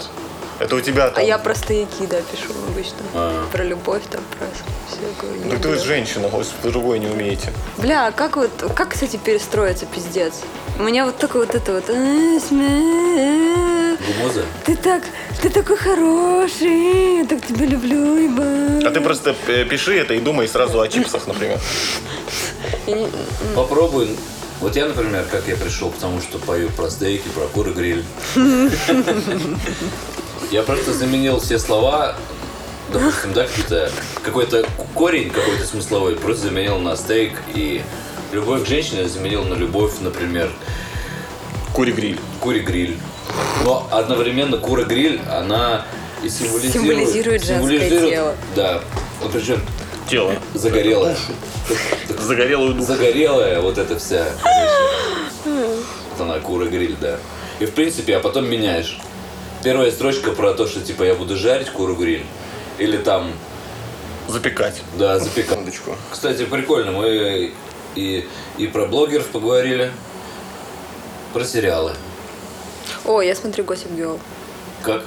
Speaker 3: Это у тебя
Speaker 2: А
Speaker 3: там.
Speaker 2: я про стояки, да, пишу обычно.
Speaker 1: А.
Speaker 2: Про любовь, там, про всякую.
Speaker 3: Так Ну, ты
Speaker 2: ерунду.
Speaker 3: женщина, ой, другое не умеете.
Speaker 2: Бля, а как вот, как, кстати, перестроиться, пиздец? У меня вот только вот это вот... «Э, сме- э,
Speaker 1: Гумоза?
Speaker 2: Ты так, ты такой хороший, я так тебя люблю,
Speaker 3: А ты
Speaker 2: ебать.
Speaker 3: просто э, пиши это и думай сразу о чипсах, например.
Speaker 2: Я не-
Speaker 1: Попробуй. Вот я, например, как я пришел, потому что пою про стейки, про куры гриль. Я просто заменил все слова, допустим, да, какие-то, какой-то к- корень какой-то смысловой, просто заменил на стейк и любовь к женщине я заменил на любовь, например,
Speaker 3: Кури-гриль.
Speaker 1: кури гриль. Но одновременно кура гриль, она и символизирует,
Speaker 2: Символизирует женское
Speaker 1: символизирует-
Speaker 2: тело.
Speaker 1: Да, ну причем
Speaker 3: Тело.
Speaker 1: загорелая.
Speaker 3: Загорелую душу.
Speaker 1: загорелая вот эта вся. конечно. Вот она, кура гриль, да. И в принципе, а потом меняешь. Первая строчка про то, что типа я буду жарить куру гриль. Или там,
Speaker 3: Запекать.
Speaker 1: да, запекал.
Speaker 3: Секундочку.
Speaker 1: Кстати, прикольно, мы и, и про блогеров поговорили, про сериалы.
Speaker 2: О, я смотрю Gossip Girl.
Speaker 1: Как?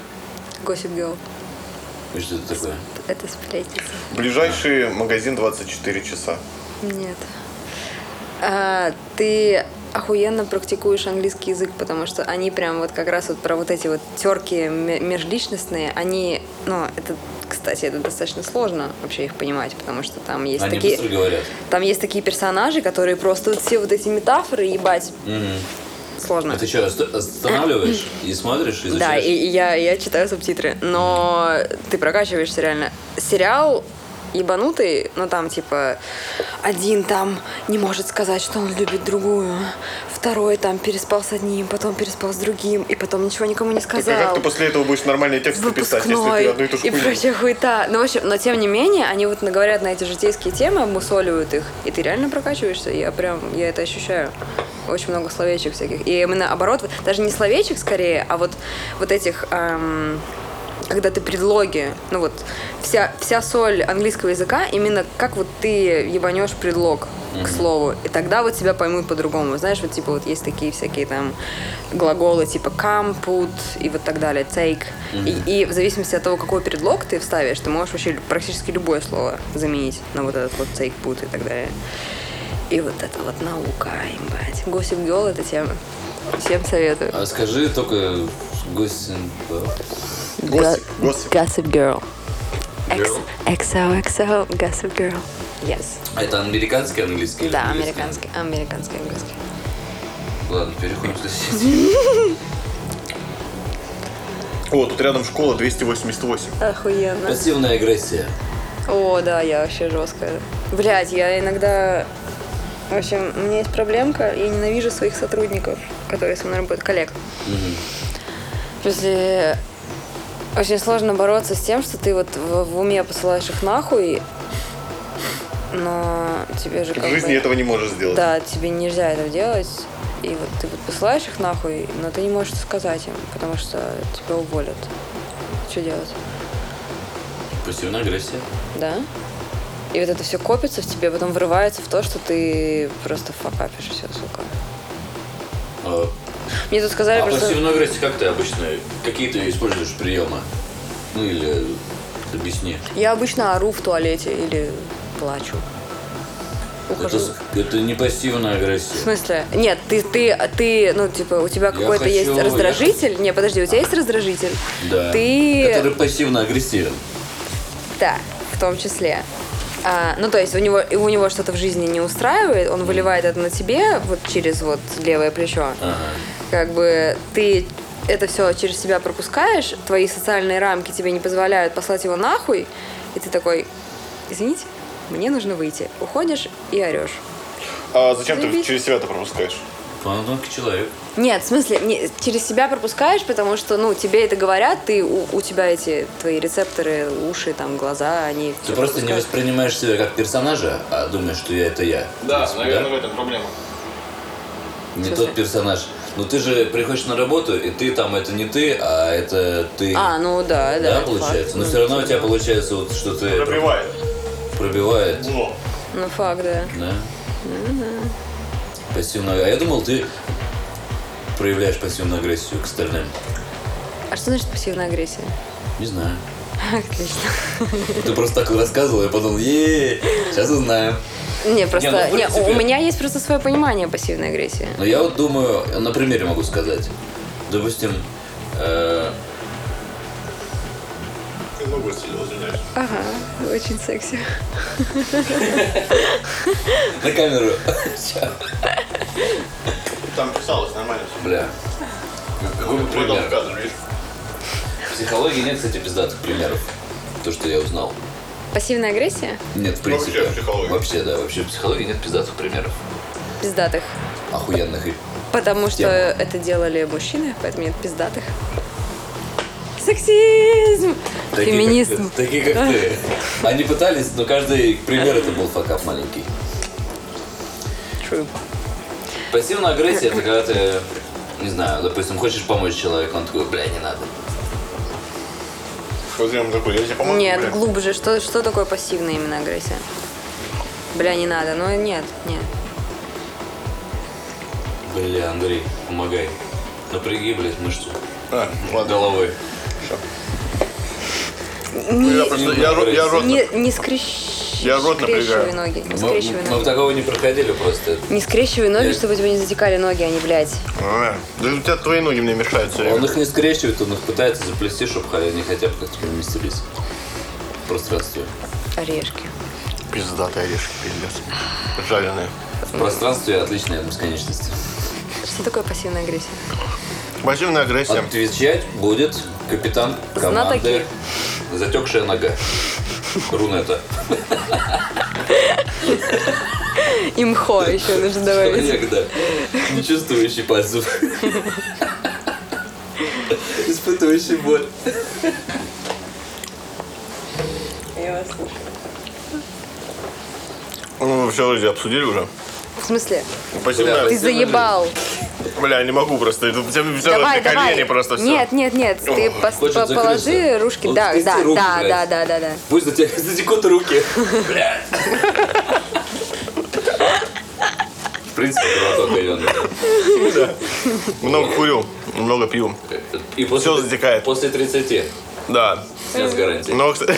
Speaker 2: Gossip Girl.
Speaker 1: И что это такое?
Speaker 2: Это сплетница.
Speaker 3: Ближайший магазин 24 часа.
Speaker 2: Нет. А, ты охуенно практикуешь английский язык, потому что они прям вот как раз вот про вот эти вот терки межличностные, они, ну, это, кстати, это достаточно сложно вообще их понимать, потому что там есть
Speaker 1: Они
Speaker 2: такие...
Speaker 1: быстро говорят.
Speaker 2: Там есть такие персонажи, которые просто вот все вот эти метафоры ебать сложно.
Speaker 1: А ты что, ост- останавливаешь и смотришь, изучаешь?
Speaker 2: Да, и, и я, я читаю субтитры, но ты прокачиваешься реально. Сериал ебанутый, но там типа один там не может сказать, что он любит другую, второй там переспал с одним, потом переспал с другим, и потом ничего никому не
Speaker 3: Так а
Speaker 2: сказал
Speaker 3: как ты после этого будешь нормальные тексты писать, если
Speaker 2: выпускной
Speaker 3: ты одну и ту же
Speaker 2: и
Speaker 3: хуйню?
Speaker 2: прочая хуета. Ну, в общем, но тем не менее, они вот наговорят на эти житейские темы, мусоливают их, и ты реально прокачиваешься. Я прям, я это ощущаю. Очень много словечек всяких. И мы наоборот, даже не словечек скорее, а вот, вот этих эм, когда ты предлоги, ну вот вся, вся соль английского языка, именно как вот ты ебанешь предлог к слову, и тогда вот тебя поймут по-другому. Знаешь, вот типа вот есть такие всякие там глаголы типа come, put и вот так далее, take. И, и в зависимости от того, какой предлог ты вставишь, ты можешь вообще практически любое слово заменить на вот этот вот take, put и так далее. И вот это вот наука, ебать. Gossip Girl — это тема. Всем советую.
Speaker 1: А скажи только гость... э,
Speaker 3: Gossip, gossip.
Speaker 2: Gossip Girl.
Speaker 1: Girl?
Speaker 2: XOXO Gossip Girl. Yes.
Speaker 1: А это американский английский? или
Speaker 2: Да,
Speaker 1: английский?
Speaker 2: американский, американский английский.
Speaker 1: Ладно, переходим к соседям.
Speaker 3: О, тут рядом школа 288.
Speaker 2: Охуенно.
Speaker 1: Пассивная агрессия.
Speaker 2: О, да, я вообще жесткая. Блять, я иногда... В общем, у меня есть проблемка, я ненавижу своих сотрудников, которые со мной работают, коллег. После очень сложно бороться с тем, что ты вот в, в уме посылаешь их нахуй, но тебе же
Speaker 3: В
Speaker 2: как
Speaker 3: жизни
Speaker 2: бы...
Speaker 3: этого не можешь сделать.
Speaker 2: Да, тебе нельзя этого делать. И вот ты вот посылаешь их нахуй, но ты не можешь сказать им, потому что тебя уволят. Что делать?
Speaker 1: Пассивная агрессия.
Speaker 2: Да? И вот это все копится в тебе, потом вырывается в то, что ты просто факапишь и все, сука.
Speaker 1: А,
Speaker 2: Мне тут сказали
Speaker 1: а
Speaker 2: просто...
Speaker 1: пассивную агрессию как ты обычно? Какие ты используешь приемы? Ну или объясни.
Speaker 2: Я обычно ору в туалете или плачу.
Speaker 1: Это,
Speaker 2: Ухожу.
Speaker 1: с- это не пассивная
Speaker 2: В
Speaker 1: агрессия.
Speaker 2: смысле? Нет, ты, ты, ты, ну, типа, у тебя какой-то
Speaker 1: хочу-
Speaker 2: есть
Speaker 1: я-
Speaker 2: раздражитель. Не, подожди, у тебя есть раздражитель?
Speaker 1: Да.
Speaker 2: Ты...
Speaker 1: Который пассивно агрессивен.
Speaker 2: Да, в том числе. А, ну, то есть у него, у него что-то в жизни не устраивает, он выливает это на тебе вот через вот левое плечо.
Speaker 1: Ага.
Speaker 2: Как бы ты это все через себя пропускаешь, твои социальные рамки тебе не позволяют послать его нахуй, и ты такой, извините, мне нужно выйти. Уходишь и орешь.
Speaker 3: А зачем ты
Speaker 2: Заебись.
Speaker 3: через себя это пропускаешь?
Speaker 1: Фанатон к человеку.
Speaker 2: Нет, в смысле, не, через себя пропускаешь, потому что, ну, тебе это говорят, ты, у, у тебя эти твои рецепторы, уши, там, глаза, они...
Speaker 1: Ты
Speaker 2: всё
Speaker 1: просто не
Speaker 2: пропускают.
Speaker 1: воспринимаешь себя как персонажа, а думаешь, что я это я.
Speaker 5: Да,
Speaker 1: В принципе,
Speaker 5: А, ну, наверное, в этом проблема.
Speaker 1: Не
Speaker 2: Слушай.
Speaker 1: тот персонаж. Ну ты же приходишь на работу, и ты там это не ты, а это ты.
Speaker 2: А, ну да, да.
Speaker 1: да,
Speaker 2: это
Speaker 1: получается.
Speaker 2: факт.
Speaker 1: Но
Speaker 2: Ну,
Speaker 1: все равно у тебя получается вот что ты
Speaker 3: Пробивает.
Speaker 1: пробивает,
Speaker 3: Зло.
Speaker 2: Ну, факт, да.
Speaker 1: да? Пассивную. А я думал, ты проявляешь пассивную агрессию к остальным.
Speaker 2: А что значит пассивная агрессия?
Speaker 1: Не знаю.
Speaker 2: Отлично.
Speaker 1: Ты просто так рассказывал, я подумал, е сейчас узнаем.
Speaker 2: Не, просто...
Speaker 1: ну, в
Speaker 2: не,
Speaker 1: принципе-
Speaker 2: у меня есть просто свое понимание пассивной агрессии.
Speaker 1: Но я вот думаю, на примере могу сказать. Допустим, э,
Speaker 3: Ты ногу отстрелил, извиняюсь.
Speaker 2: Ага, очень секси.
Speaker 1: на камеру.
Speaker 3: Там писалось нормально. всё.
Speaker 1: Бля. Какой бы
Speaker 3: Выдал в
Speaker 1: пример?
Speaker 3: кадр, видишь?
Speaker 1: В психологии нет, кстати, пиздатых примеров. То, что я узнал.
Speaker 2: Пассивная агрессия?
Speaker 1: Нет, в принципе.
Speaker 3: Вообще в психологии.
Speaker 1: Вообще, да, вообще в психологии нет пиздатых примеров.
Speaker 2: Пиздатых.
Speaker 1: Охуенных и...
Speaker 2: Потому что
Speaker 1: Тема.
Speaker 2: это делали мужчины, поэтому нет пиздатых. Сексизм! Феминизм.
Speaker 1: Как, такие, как ты. Они пытались, но каждый пример это был факап маленький.
Speaker 2: True.
Speaker 1: Пассивная агрессия это когда ты, не знаю, допустим, хочешь помочь человеку, он такой, бля, не надо.
Speaker 3: Вот я вам такой, я тебе помогу,
Speaker 2: Нет,
Speaker 3: бля.
Speaker 2: глубже. Что, что такое пассивная именно агрессия? Бля, не надо. Ну, нет, нет.
Speaker 1: Бля, Андрей, помогай. Напряги, блядь, мышцу
Speaker 3: А, ладно.
Speaker 1: головой.
Speaker 3: Ну, Я просто, я рот- я рот
Speaker 2: Не, не скрещ-
Speaker 3: Я рот
Speaker 2: скрещивай
Speaker 3: напрягаю.
Speaker 2: ноги. Не
Speaker 1: Мы,
Speaker 2: скрещивай
Speaker 1: мы
Speaker 2: ноги.
Speaker 1: такого не проходили просто.
Speaker 2: Не скрещивай ноги, чтобы у тебя не затекали ноги, они, блядь.
Speaker 3: А, Да у тебя твои ноги мне мешают все
Speaker 1: Он
Speaker 3: время.
Speaker 1: их не скрещивает, он их пытается заплести, чтобы они хотя бы как-то переместились в пространстве.
Speaker 2: Орешки.
Speaker 3: Пиздатые орешки, пиздец. Жареные.
Speaker 1: В пространстве отличная бесконечность.
Speaker 2: Что такое пассивная агрессия?
Speaker 3: Пассивная
Speaker 2: А
Speaker 3: агрессия.
Speaker 1: Отвечать будет капитан команды
Speaker 2: Знатоки.
Speaker 1: «Затекшая нога». Рунета.
Speaker 2: Имхо еще нужно добавить.
Speaker 1: Человек, да. Не чувствующий пальцев. Испытывающий боль.
Speaker 3: Ну, все, вроде обсудили уже.
Speaker 2: В смысле?
Speaker 3: Пассивная
Speaker 1: Бля,
Speaker 2: Ты
Speaker 3: Ну, агрессия.
Speaker 1: Пассивная
Speaker 2: заебал.
Speaker 3: Бля, не могу просто. Тут Все, все
Speaker 2: Давай,
Speaker 3: на колени
Speaker 2: давай.
Speaker 3: просто все.
Speaker 2: Нет, нет, нет, ты пос-
Speaker 1: хочет
Speaker 2: по- положи
Speaker 1: закрыться.
Speaker 2: ручки.
Speaker 1: Вот
Speaker 2: Да,
Speaker 1: скрести
Speaker 2: да,
Speaker 1: руки,
Speaker 2: да, да,
Speaker 1: блядь.
Speaker 2: да, да, да.
Speaker 1: Пусть за тебя затекут руки. Блядь. В принципе, молоток говёный.
Speaker 3: Много курю, много пью.
Speaker 1: И после,
Speaker 3: Всё затекает.
Speaker 1: После 30.
Speaker 3: Да.
Speaker 1: Снят с гарантии.
Speaker 3: Но, Ну, кстати...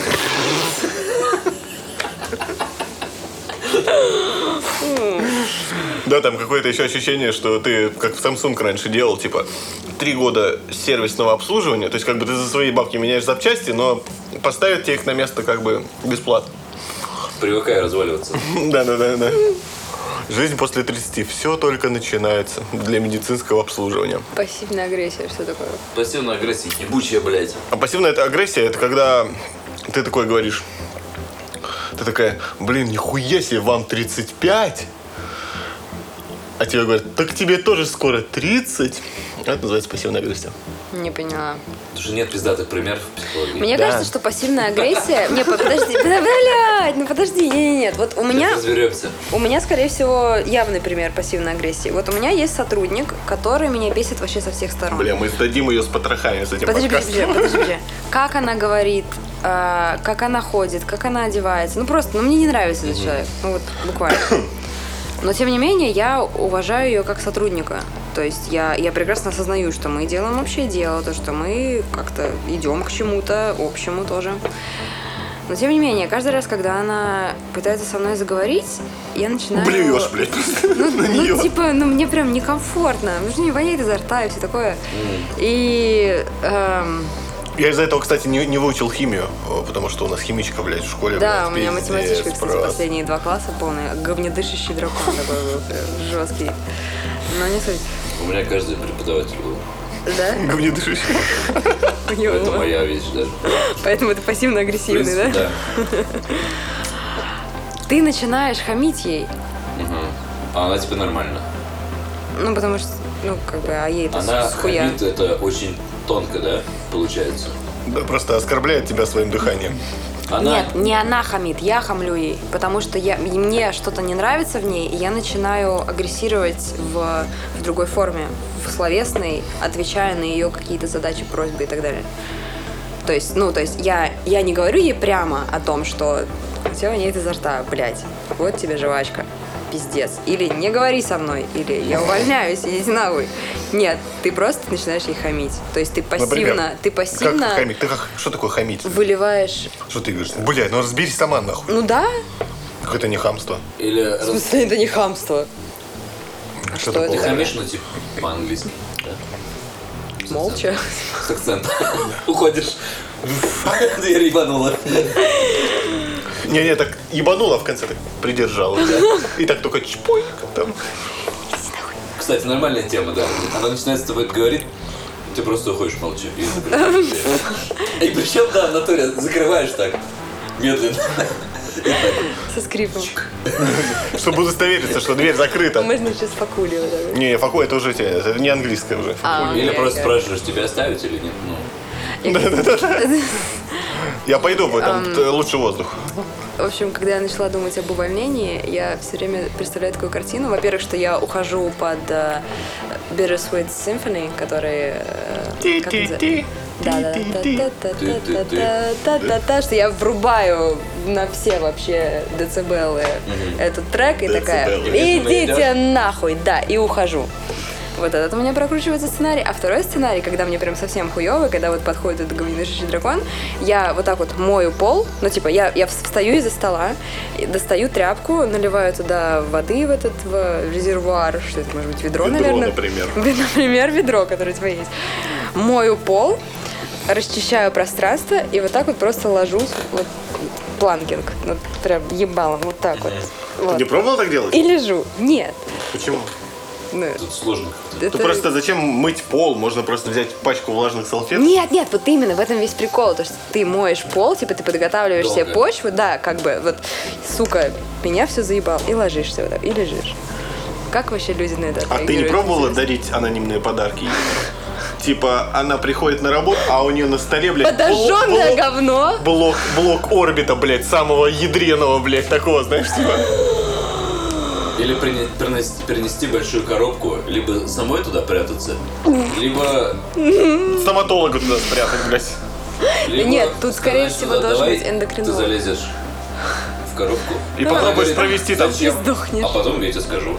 Speaker 3: Да, там какое-то еще ощущение, что ты, как Samsung раньше делал, типа, три года сервисного обслуживания, то есть как бы ты за свои бабки меняешь запчасти, но поставят тебе их на место как бы бесплатно.
Speaker 1: Привыкаю разваливаться.
Speaker 3: Да-да-да. Жизнь после 30. Все только начинается для медицинского обслуживания.
Speaker 2: Пассивная агрессия, что такое?
Speaker 1: Пассивная агрессия, ебучая, блядь.
Speaker 3: А пассивная это агрессия, это когда ты такой говоришь. Ты такая, блин, нихуя себе, вам 35. А тебе говорят, так тебе тоже скоро 30. Это называется пассивная агрессия.
Speaker 2: Не поняла.
Speaker 1: Потому что нет пиздатых примеров в психологии.
Speaker 2: Мне
Speaker 3: Да.
Speaker 2: кажется, что пассивная агрессия... Не, по- подожди, да, блядь, ну подожди, нет, нет, нет. Вот у меня...
Speaker 1: Сейчас разберемся.
Speaker 2: У меня, скорее всего, явный пример пассивной агрессии. Вот у меня есть сотрудник, который меня бесит вообще со всех сторон.
Speaker 3: Бля, мы сдадим ее с потрохами с этим
Speaker 2: Подожди,
Speaker 3: подкастом.
Speaker 2: подожди, подожди, подожди. Как она говорит, э, как она ходит, как она одевается. Ну просто, ну мне не нравится этот человек. Ну вот буквально. Но тем не менее, я уважаю ее как сотрудника. То есть я, я прекрасно осознаю, что мы делаем общее дело, то, что мы как-то идем к чему-то общему тоже. Но тем не менее, каждый раз, когда она пытается со мной заговорить, я начинаю...
Speaker 3: Блюешь, блядь, на нее.
Speaker 2: Ну, типа, ну мне прям некомфортно. Потому что не воняет изо рта и все такое. И эм,
Speaker 3: Я из-за этого, кстати, не, не выучил химию, э, потому что у нас химичка, блядь, в школе.
Speaker 2: да, у
Speaker 3: блядь,
Speaker 2: меня
Speaker 3: пиздец
Speaker 2: математичка, кстати,
Speaker 3: просто.
Speaker 2: последние два класса полные. Говнедышащий дракон такой был, прям жесткий. Но не суть.
Speaker 1: У меня каждый преподаватель был.
Speaker 2: Да?
Speaker 3: Говнедышащий.
Speaker 2: У него.
Speaker 1: Это моя вещь даже.
Speaker 2: Поэтому ты
Speaker 1: В
Speaker 2: пассивно-агрессивный,
Speaker 1: принципе,
Speaker 2: да?
Speaker 1: да.
Speaker 2: Ты начинаешь хамить ей.
Speaker 1: Мгм. А она типа нормально.
Speaker 2: Ну, потому что, ну, как бы, а ей это
Speaker 1: Она
Speaker 2: с- с хуя.
Speaker 1: хамит это очень тонко, да, получается?
Speaker 3: Да, просто оскорбляет тебя своим дыханием.
Speaker 1: Она...
Speaker 2: Нет, не она хамит, я хамлю ей, потому что я, и мне что-то не нравится в ней, и я начинаю агрессировать в, в другой форме, в словесной, отвечая на ее какие-то задачи, просьбы и так далее. То есть, ну, то есть я, я не говорю ей прямо о том, что у тебя нет изо рта, блядь, вот тебе жвачка, пиздец. Или не говори со мной, или я увольняюсь, идите нахуй. Нет, ты просто начинаешь ей хамить. То есть ты пассивно,
Speaker 3: Например,
Speaker 2: ты пассивно
Speaker 3: Как хамить? Ты как- что такое хамить?
Speaker 2: выливаешь...
Speaker 3: Что ты говоришь? Блядь, ну разберись сама нахуй.
Speaker 2: Ну да,
Speaker 3: Какое-то не хамство.
Speaker 1: Или раз-
Speaker 2: смысле, это не хамство.
Speaker 3: Что,
Speaker 2: А что
Speaker 1: ты
Speaker 3: такое?
Speaker 2: это?
Speaker 1: хамишь, ну типа по-английски. да?
Speaker 2: Молча.
Speaker 1: С акцентом. Уходишь. Дверь ебанула.
Speaker 3: Не-не, так ебанула в конце, так придержала. И так только чпой. Там.
Speaker 1: Кстати, нормальная тема, да. Она начинает с тобой говорить, ты просто уходишь молча. И, и причем, да, в натуре закрываешь так. Медленно.
Speaker 2: Со скрипом.
Speaker 3: Чтобы удостовериться, что дверь закрыта.
Speaker 2: Мы, значит, факули вот так вот.
Speaker 3: Не, факу, это уже те- это не английское уже.
Speaker 2: А,
Speaker 1: Или
Speaker 2: я-
Speaker 1: просто
Speaker 2: я-
Speaker 1: спрашиваешь, тебя оставить или нет. Ну,
Speaker 3: Я пойду, там
Speaker 2: эм,
Speaker 3: т- лучше воздух.
Speaker 2: В общем, когда я начала думать об увольнении, я все время представляю такую картину. Во-первых, что я ухожу под э, Bittersweet Symphony, который... э, как он за- Да-да-да-да-да-да-да-да-да-да, что я врубаю на все вообще децибелы этот трек и такая
Speaker 3: Децибелы.
Speaker 2: «Идите нахуй!» Да, и ухожу. Вот этот у меня прокручивается сценарий. А второй сценарий, когда мне прям совсем хуёво, когда вот подходит этот говнедышащий дракон, я вот так вот мою пол, ну типа я, я встаю из-за стола, и достаю тряпку, наливаю туда воды в этот в резервуар, что это может быть ведро,
Speaker 3: Ведро,
Speaker 2: наверное.
Speaker 3: например.
Speaker 2: Например, ведро, которое у тебя есть. Мою пол, расчищаю пространство и вот так вот просто ложусь, вот планкинг, ну прям ебалом, вот так вот.
Speaker 3: Ты
Speaker 2: Вот.
Speaker 3: не пробовал так делать?
Speaker 2: И лежу. Нет.
Speaker 3: Почему?
Speaker 2: Ну,
Speaker 1: тут сложно.
Speaker 3: Ты
Speaker 2: это-
Speaker 3: просто зачем мыть пол? Можно просто взять пачку влажных салфеток.
Speaker 2: Нет, нет, вот именно, в этом весь прикол. То, что ты моешь пол, типа ты подготавливаешь
Speaker 1: Долго.
Speaker 2: себе почву, да, как бы, вот, сука, меня все заебал. И ложишься вот так, и лежишь. Как вообще люди на это
Speaker 3: А ты не
Speaker 2: отреагируют,
Speaker 3: пробовала
Speaker 2: интересно?
Speaker 3: дарить анонимные подарки? Типа, она приходит на работу, а у нее на столе, блядь,
Speaker 2: Подожженное говно?
Speaker 3: Блок, блок орбита, блядь, самого ядреного, блядь, такого, знаешь, типа.
Speaker 1: Или прине- перенес- перенести большую коробку, либо самой туда прятаться, либо...
Speaker 3: Стоматолога туда спрятать, блядь.
Speaker 1: либо
Speaker 2: нет, тут,
Speaker 1: сказать
Speaker 2: скорее всего,
Speaker 1: туда,
Speaker 2: должен
Speaker 1: «Давай
Speaker 2: быть эндокринолог». Ну
Speaker 1: Ты залезешь в коробку.
Speaker 3: И
Speaker 1: Она
Speaker 3: попробуешь
Speaker 1: говорит,
Speaker 3: провести там.
Speaker 1: «Зачем?»
Speaker 2: И сдохнешь.
Speaker 1: А потом я тебе скажу.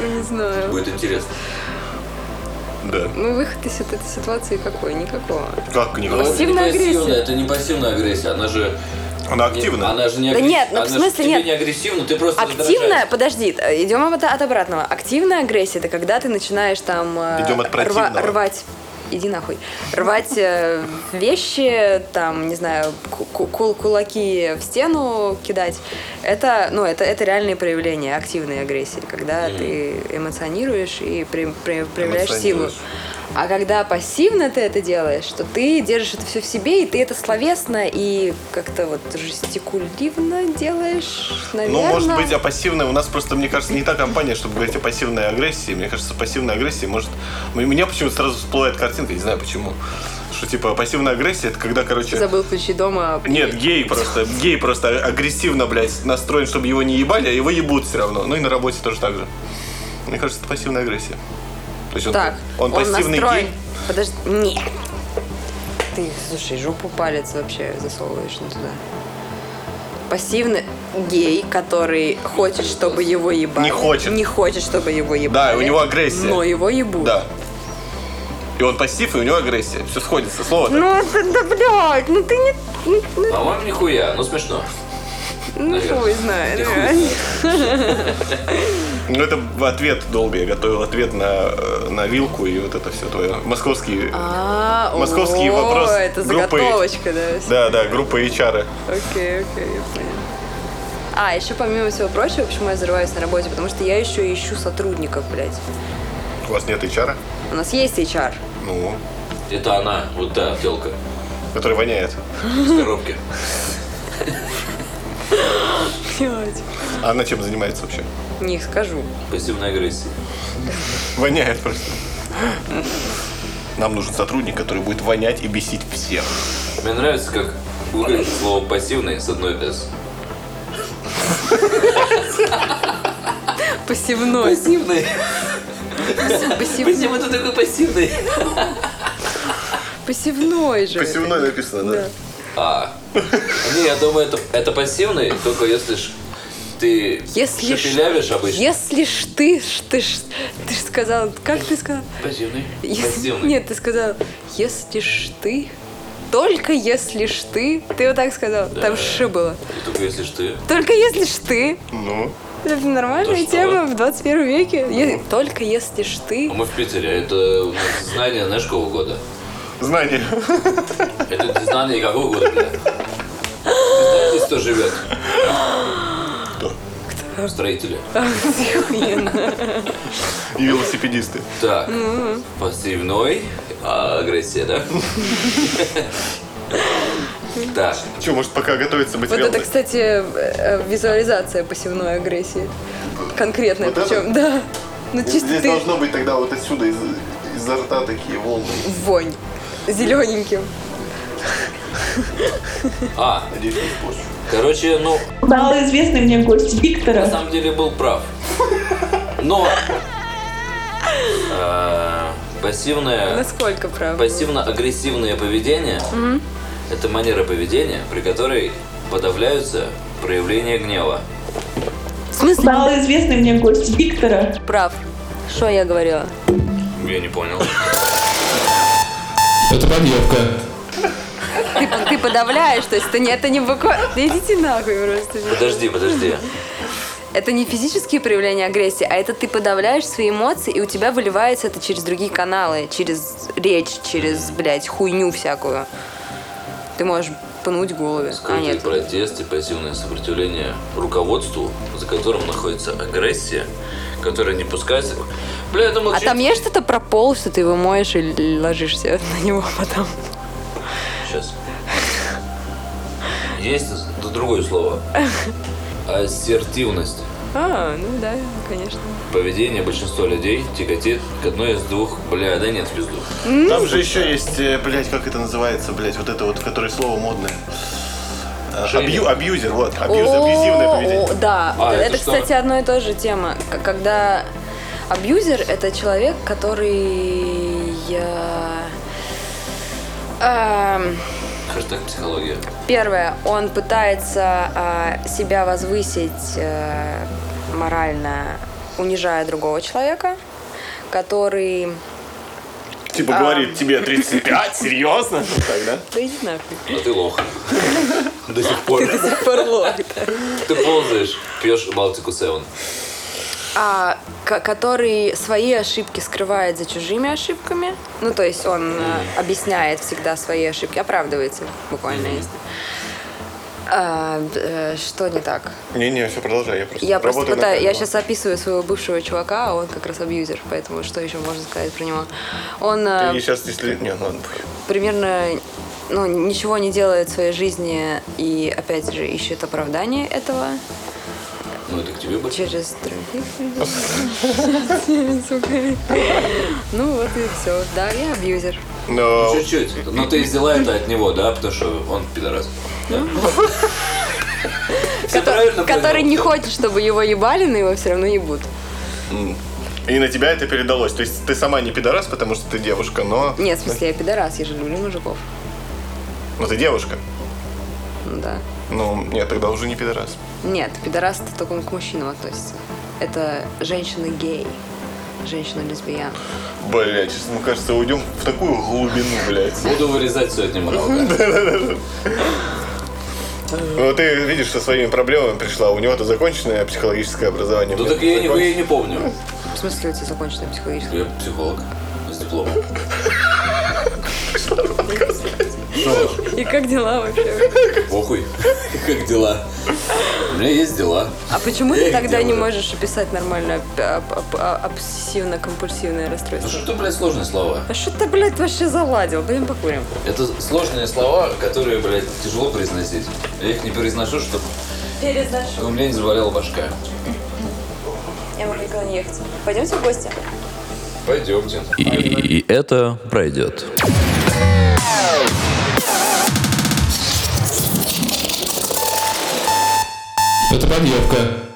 Speaker 2: Не знаю.
Speaker 1: Будет интересно.
Speaker 3: Да.
Speaker 2: Ну, выход из этой ситуации какой? Никакого.
Speaker 3: Как
Speaker 1: Ну,
Speaker 3: никакого?
Speaker 2: Спасибо. Пассивная
Speaker 1: Это не
Speaker 2: агрессия.
Speaker 1: пассивная, Это не пассивная агрессия, она же...
Speaker 3: Она активная.
Speaker 1: Она же не
Speaker 2: Да
Speaker 1: агрессивна.
Speaker 2: нет, ну, в смысле, нет.
Speaker 1: не агрессивна, ты просто
Speaker 2: Активная, подожди, идем от, от обратного. Активная агрессия это когда ты начинаешь там э,
Speaker 3: Идем от противного.
Speaker 2: рвать. Иди нахуй. Рвать э, вещи, там, не знаю, ку- ку- кул- кулаки в стену кидать. Это, ну, это, это реальные проявления активной агрессии, когда ты эмоционируешь и при- при- проявляешь силу.
Speaker 3: Эмоционируешь.
Speaker 2: А когда пассивно ты это делаешь, что ты держишь это все в себе, и ты это словесно и как-то вот жестикулятивно делаешь,
Speaker 3: Ну,
Speaker 2: наверное.
Speaker 3: может быть, а пассивная у нас просто, мне кажется, не та компания, чтобы говорить о пассивной агрессии. Мне кажется, пассивная агрессия может... У меня почему-то сразу всплывает картинка, не знаю почему. Что, типа, пассивная агрессия, это когда, короче...
Speaker 2: Забыл ключи дома.
Speaker 3: Нет, гей просто, гей просто агрессивно, блядь, настроен, чтобы его не ебали, а его ебут все равно. Ну и на работе тоже так же. Мне кажется, это пассивная агрессия. То есть он,
Speaker 2: Так,
Speaker 3: он пассивный
Speaker 2: настроен.
Speaker 3: гей.
Speaker 2: Подожди, нет. Ты, слушай, жопу палец вообще засовываешь не туда. Пассивный гей, который хочет, чтобы его ебали.
Speaker 3: Не хочет.
Speaker 2: Не хочет, чтобы его ебали.
Speaker 3: у него агрессия.
Speaker 2: Но его ебут.
Speaker 3: Да. И он пассив, и у него агрессия. Все сходится. Слово
Speaker 2: Ну, это, да, блядь, ну ты не... ну, ну,
Speaker 1: А вам нихуя, ну смешно.
Speaker 2: Ну,
Speaker 1: Наверное.
Speaker 2: хуй знает.
Speaker 1: Да хуй
Speaker 2: реально.
Speaker 3: Ну, это в ответ долго. Я готовил ответ на, э, на вилку и вот это все твое. Московские...
Speaker 2: А,
Speaker 3: Московский
Speaker 2: о,
Speaker 3: вопрос
Speaker 2: это
Speaker 3: группы.
Speaker 2: заготовочка, да. всё.
Speaker 3: Да, да, группа HR.
Speaker 2: Окей, окей, я поняла. А, еще помимо всего прочего, почему я взрываюсь на работе, потому что я еще и ищу сотрудников, блядь.
Speaker 3: У вас нет HR?
Speaker 2: У нас есть HR.
Speaker 3: Ну,
Speaker 1: Это она, вот та телка
Speaker 3: который воняет.
Speaker 1: из коробки.
Speaker 2: Блядь.
Speaker 3: А она чем занимается вообще?
Speaker 2: Не скажу.
Speaker 1: Пассивная агрессия.
Speaker 3: Воняет просто. Нам нужен сотрудник, который будет вонять и бесить всех.
Speaker 1: Мне нравится, как выглядит слово пассивный с одной «с».
Speaker 2: Пассивной.
Speaker 1: Пассивный?
Speaker 2: Пассивной.
Speaker 1: Почему ты такой пассивный?
Speaker 2: Пассивной же.
Speaker 3: написано, да?
Speaker 1: А. Не, я думаю, это, это пассивный, только если ж ты
Speaker 2: Если ж-
Speaker 1: шепелявишь обычно.
Speaker 2: Если ж ты, ж ты ж, ты ж сказал, как ты сказал?
Speaker 1: Пассивный.
Speaker 2: Если-
Speaker 1: Пассивный.
Speaker 2: Нет, ты сказал, если ж ты, только если ж ты, ты вот так сказал, там ш было.
Speaker 1: Только если ж ты.
Speaker 2: Только если ж ты,
Speaker 3: Ну,
Speaker 2: это
Speaker 1: То
Speaker 2: нормальная
Speaker 1: что?
Speaker 2: тема в 21 веке. Е- только если ж ты,
Speaker 1: А мы в Питере, а это у нас знание, знаешь, какого года?
Speaker 3: знание.
Speaker 1: Это не знание какого года, бля. Ты знаешь, здесь кто живет? Кто? Строители.
Speaker 2: охуенно.
Speaker 3: И велосипедисты.
Speaker 1: Так, пассивной а, агрессия, да? Так,
Speaker 3: Че, может, пока готовится
Speaker 2: Вот
Speaker 3: материал?
Speaker 2: это, кстати, э, э, визуализация пассивной агрессии. Конкретная
Speaker 3: Вот это?
Speaker 2: причем, да. Ну чисто
Speaker 3: Здесь
Speaker 2: ты
Speaker 3: должно быть тогда вот отсюда, из, изо рта такие волны.
Speaker 2: вонь. Зелененьким.
Speaker 1: а,
Speaker 3: Надеюсь, не испорчу.
Speaker 1: короче, ну,
Speaker 5: Малоизвестный мне гость
Speaker 1: на
Speaker 5: Виктора.
Speaker 1: самом деле был прав. Но э,
Speaker 3: А?
Speaker 1: пассивное,
Speaker 2: Насколько правда?
Speaker 1: пассивно-агрессивное поведение – это манера поведения, при которой подавляются проявления гнева.
Speaker 2: В смысле
Speaker 5: Малоизвестный мне гость Виктора.
Speaker 2: прав? Что я говорила?
Speaker 1: Я не понял.
Speaker 4: Это подъебка.
Speaker 2: Ты, ты подавляешь, то есть это не, это не буква... Да идите нахуй просто.
Speaker 1: Подожди, подожди.
Speaker 2: Это не физические проявления агрессии, а это ты подавляешь свои эмоции, и у тебя выливается это через другие каналы, через речь, через, блядь, хуйню всякую. Ты можешь пнуть голове. А
Speaker 1: Скрытые
Speaker 2: нет.
Speaker 1: протесты, пассивное сопротивление руководству, за которым находится агрессия, которая не пускается. Бля, я думал,
Speaker 2: А
Speaker 1: чё-
Speaker 2: там есть что-то про пол, что ты его моешь и л- ложишься на него потом?
Speaker 1: Сейчас. Есть д- другое слово. Ассертивность.
Speaker 2: А, ну да, конечно.
Speaker 1: Поведение большинства людей тяготит к одной из двух... Бля, да нет, в пизду.
Speaker 3: Там же еще есть, э, блядь, как это называется, блядь, вот это вот, которое слово модное. Абью, абьюзер, вот. Абьюз,
Speaker 2: О,
Speaker 3: абьюзивное
Speaker 2: о,
Speaker 3: поведение.
Speaker 2: Да,
Speaker 1: А,
Speaker 2: это,
Speaker 1: это что?
Speaker 2: кстати, одно и то же тема. К- Когда абьюзер – это человек, который э, эм,
Speaker 1: Хэштег психология.
Speaker 2: Первое, он пытается а, себя возвысить э, морально, унижая другого человека, который...
Speaker 3: Типа
Speaker 2: А.
Speaker 3: говорит, тебе 35, серьезно? Ну, так, да?
Speaker 2: Да иди нафиг.
Speaker 1: А ты лох. До сих пор.
Speaker 2: Фарло.
Speaker 1: Ты ползаешь, пьешь Балтику 7.
Speaker 2: А, к- который свои ошибки скрывает за чужими ошибками. Ну, то есть он э, объясняет всегда свои ошибки, оправдывается буквально, если. А, э, что не так?
Speaker 3: Не-не, все, продолжай. Я просто,
Speaker 2: Я просто
Speaker 3: работаю
Speaker 2: пытаюсь,
Speaker 3: над
Speaker 2: я
Speaker 3: этим.
Speaker 2: сейчас описываю своего бывшего чувака, а он как раз абьюзер, поэтому что еще можно сказать про него? Он э,
Speaker 3: И сейчас, если... Не, ну ладно.
Speaker 2: примерно ну, ничего не делает в своей жизни и опять же ищет оправдание этого
Speaker 1: Ну это к тебе больше.
Speaker 2: через других людей. Сука. Ну вот и все. Да, я абьюзер.
Speaker 3: Но...
Speaker 1: Чуть-чуть. Ну ты взяла это от него, да, потому что он пидорас. Да. Всё правильно
Speaker 2: Который
Speaker 1: понял.
Speaker 2: не хочет, чтобы его ебали, но его все равно ебут.
Speaker 3: И на тебя это передалось. То есть ты сама не пидорас, потому что ты девушка, но...
Speaker 2: Нет, в смысле, я пидорас, я же люблю мужиков.
Speaker 3: Но ты девушка.
Speaker 2: Ну да.
Speaker 3: Ну, нет, тогда уже не пидорас.
Speaker 2: Нет, пидорас это только к мужчинам относится. Это женщина-гей, женщина-лесбиян.
Speaker 3: Бля, сейчас, мне кажется, уйдем в такую глубину, блядь.
Speaker 1: Буду вырезать сегодня много.
Speaker 3: Ну, ты видишь, со своими проблемами пришла. У него-то законченное психологическое образование.
Speaker 1: Ну
Speaker 3: Мне
Speaker 1: так я и не- я
Speaker 3: законченное.
Speaker 1: и не помню.
Speaker 2: В смысле, у тебя законченная психологическая?
Speaker 1: Я психолог с дипломом.
Speaker 2: И как дела вообще?
Speaker 1: Похуй. Как дела? У меня есть дела.
Speaker 2: А почему
Speaker 1: Я
Speaker 2: ты
Speaker 1: их
Speaker 2: тогда не
Speaker 1: делаю.
Speaker 2: можешь описать нормально об- об- об- а, обсессивно-компульсивное
Speaker 1: Ну
Speaker 2: расстройство?
Speaker 1: что ты, блядь, сложные слова?
Speaker 2: А что ты, блядь, вообще заладил? Пойдем покурим.
Speaker 1: Это сложные слова, которые, блядь, тяжело произносить. Я их не произношу, чтобы
Speaker 2: Перезашу.
Speaker 1: у меня не заболела башка.
Speaker 2: Я могу никуда не ехать. Пойдемте в гости.
Speaker 1: Пойдемте.
Speaker 6: и это пройдет.
Speaker 4: Это подъевка.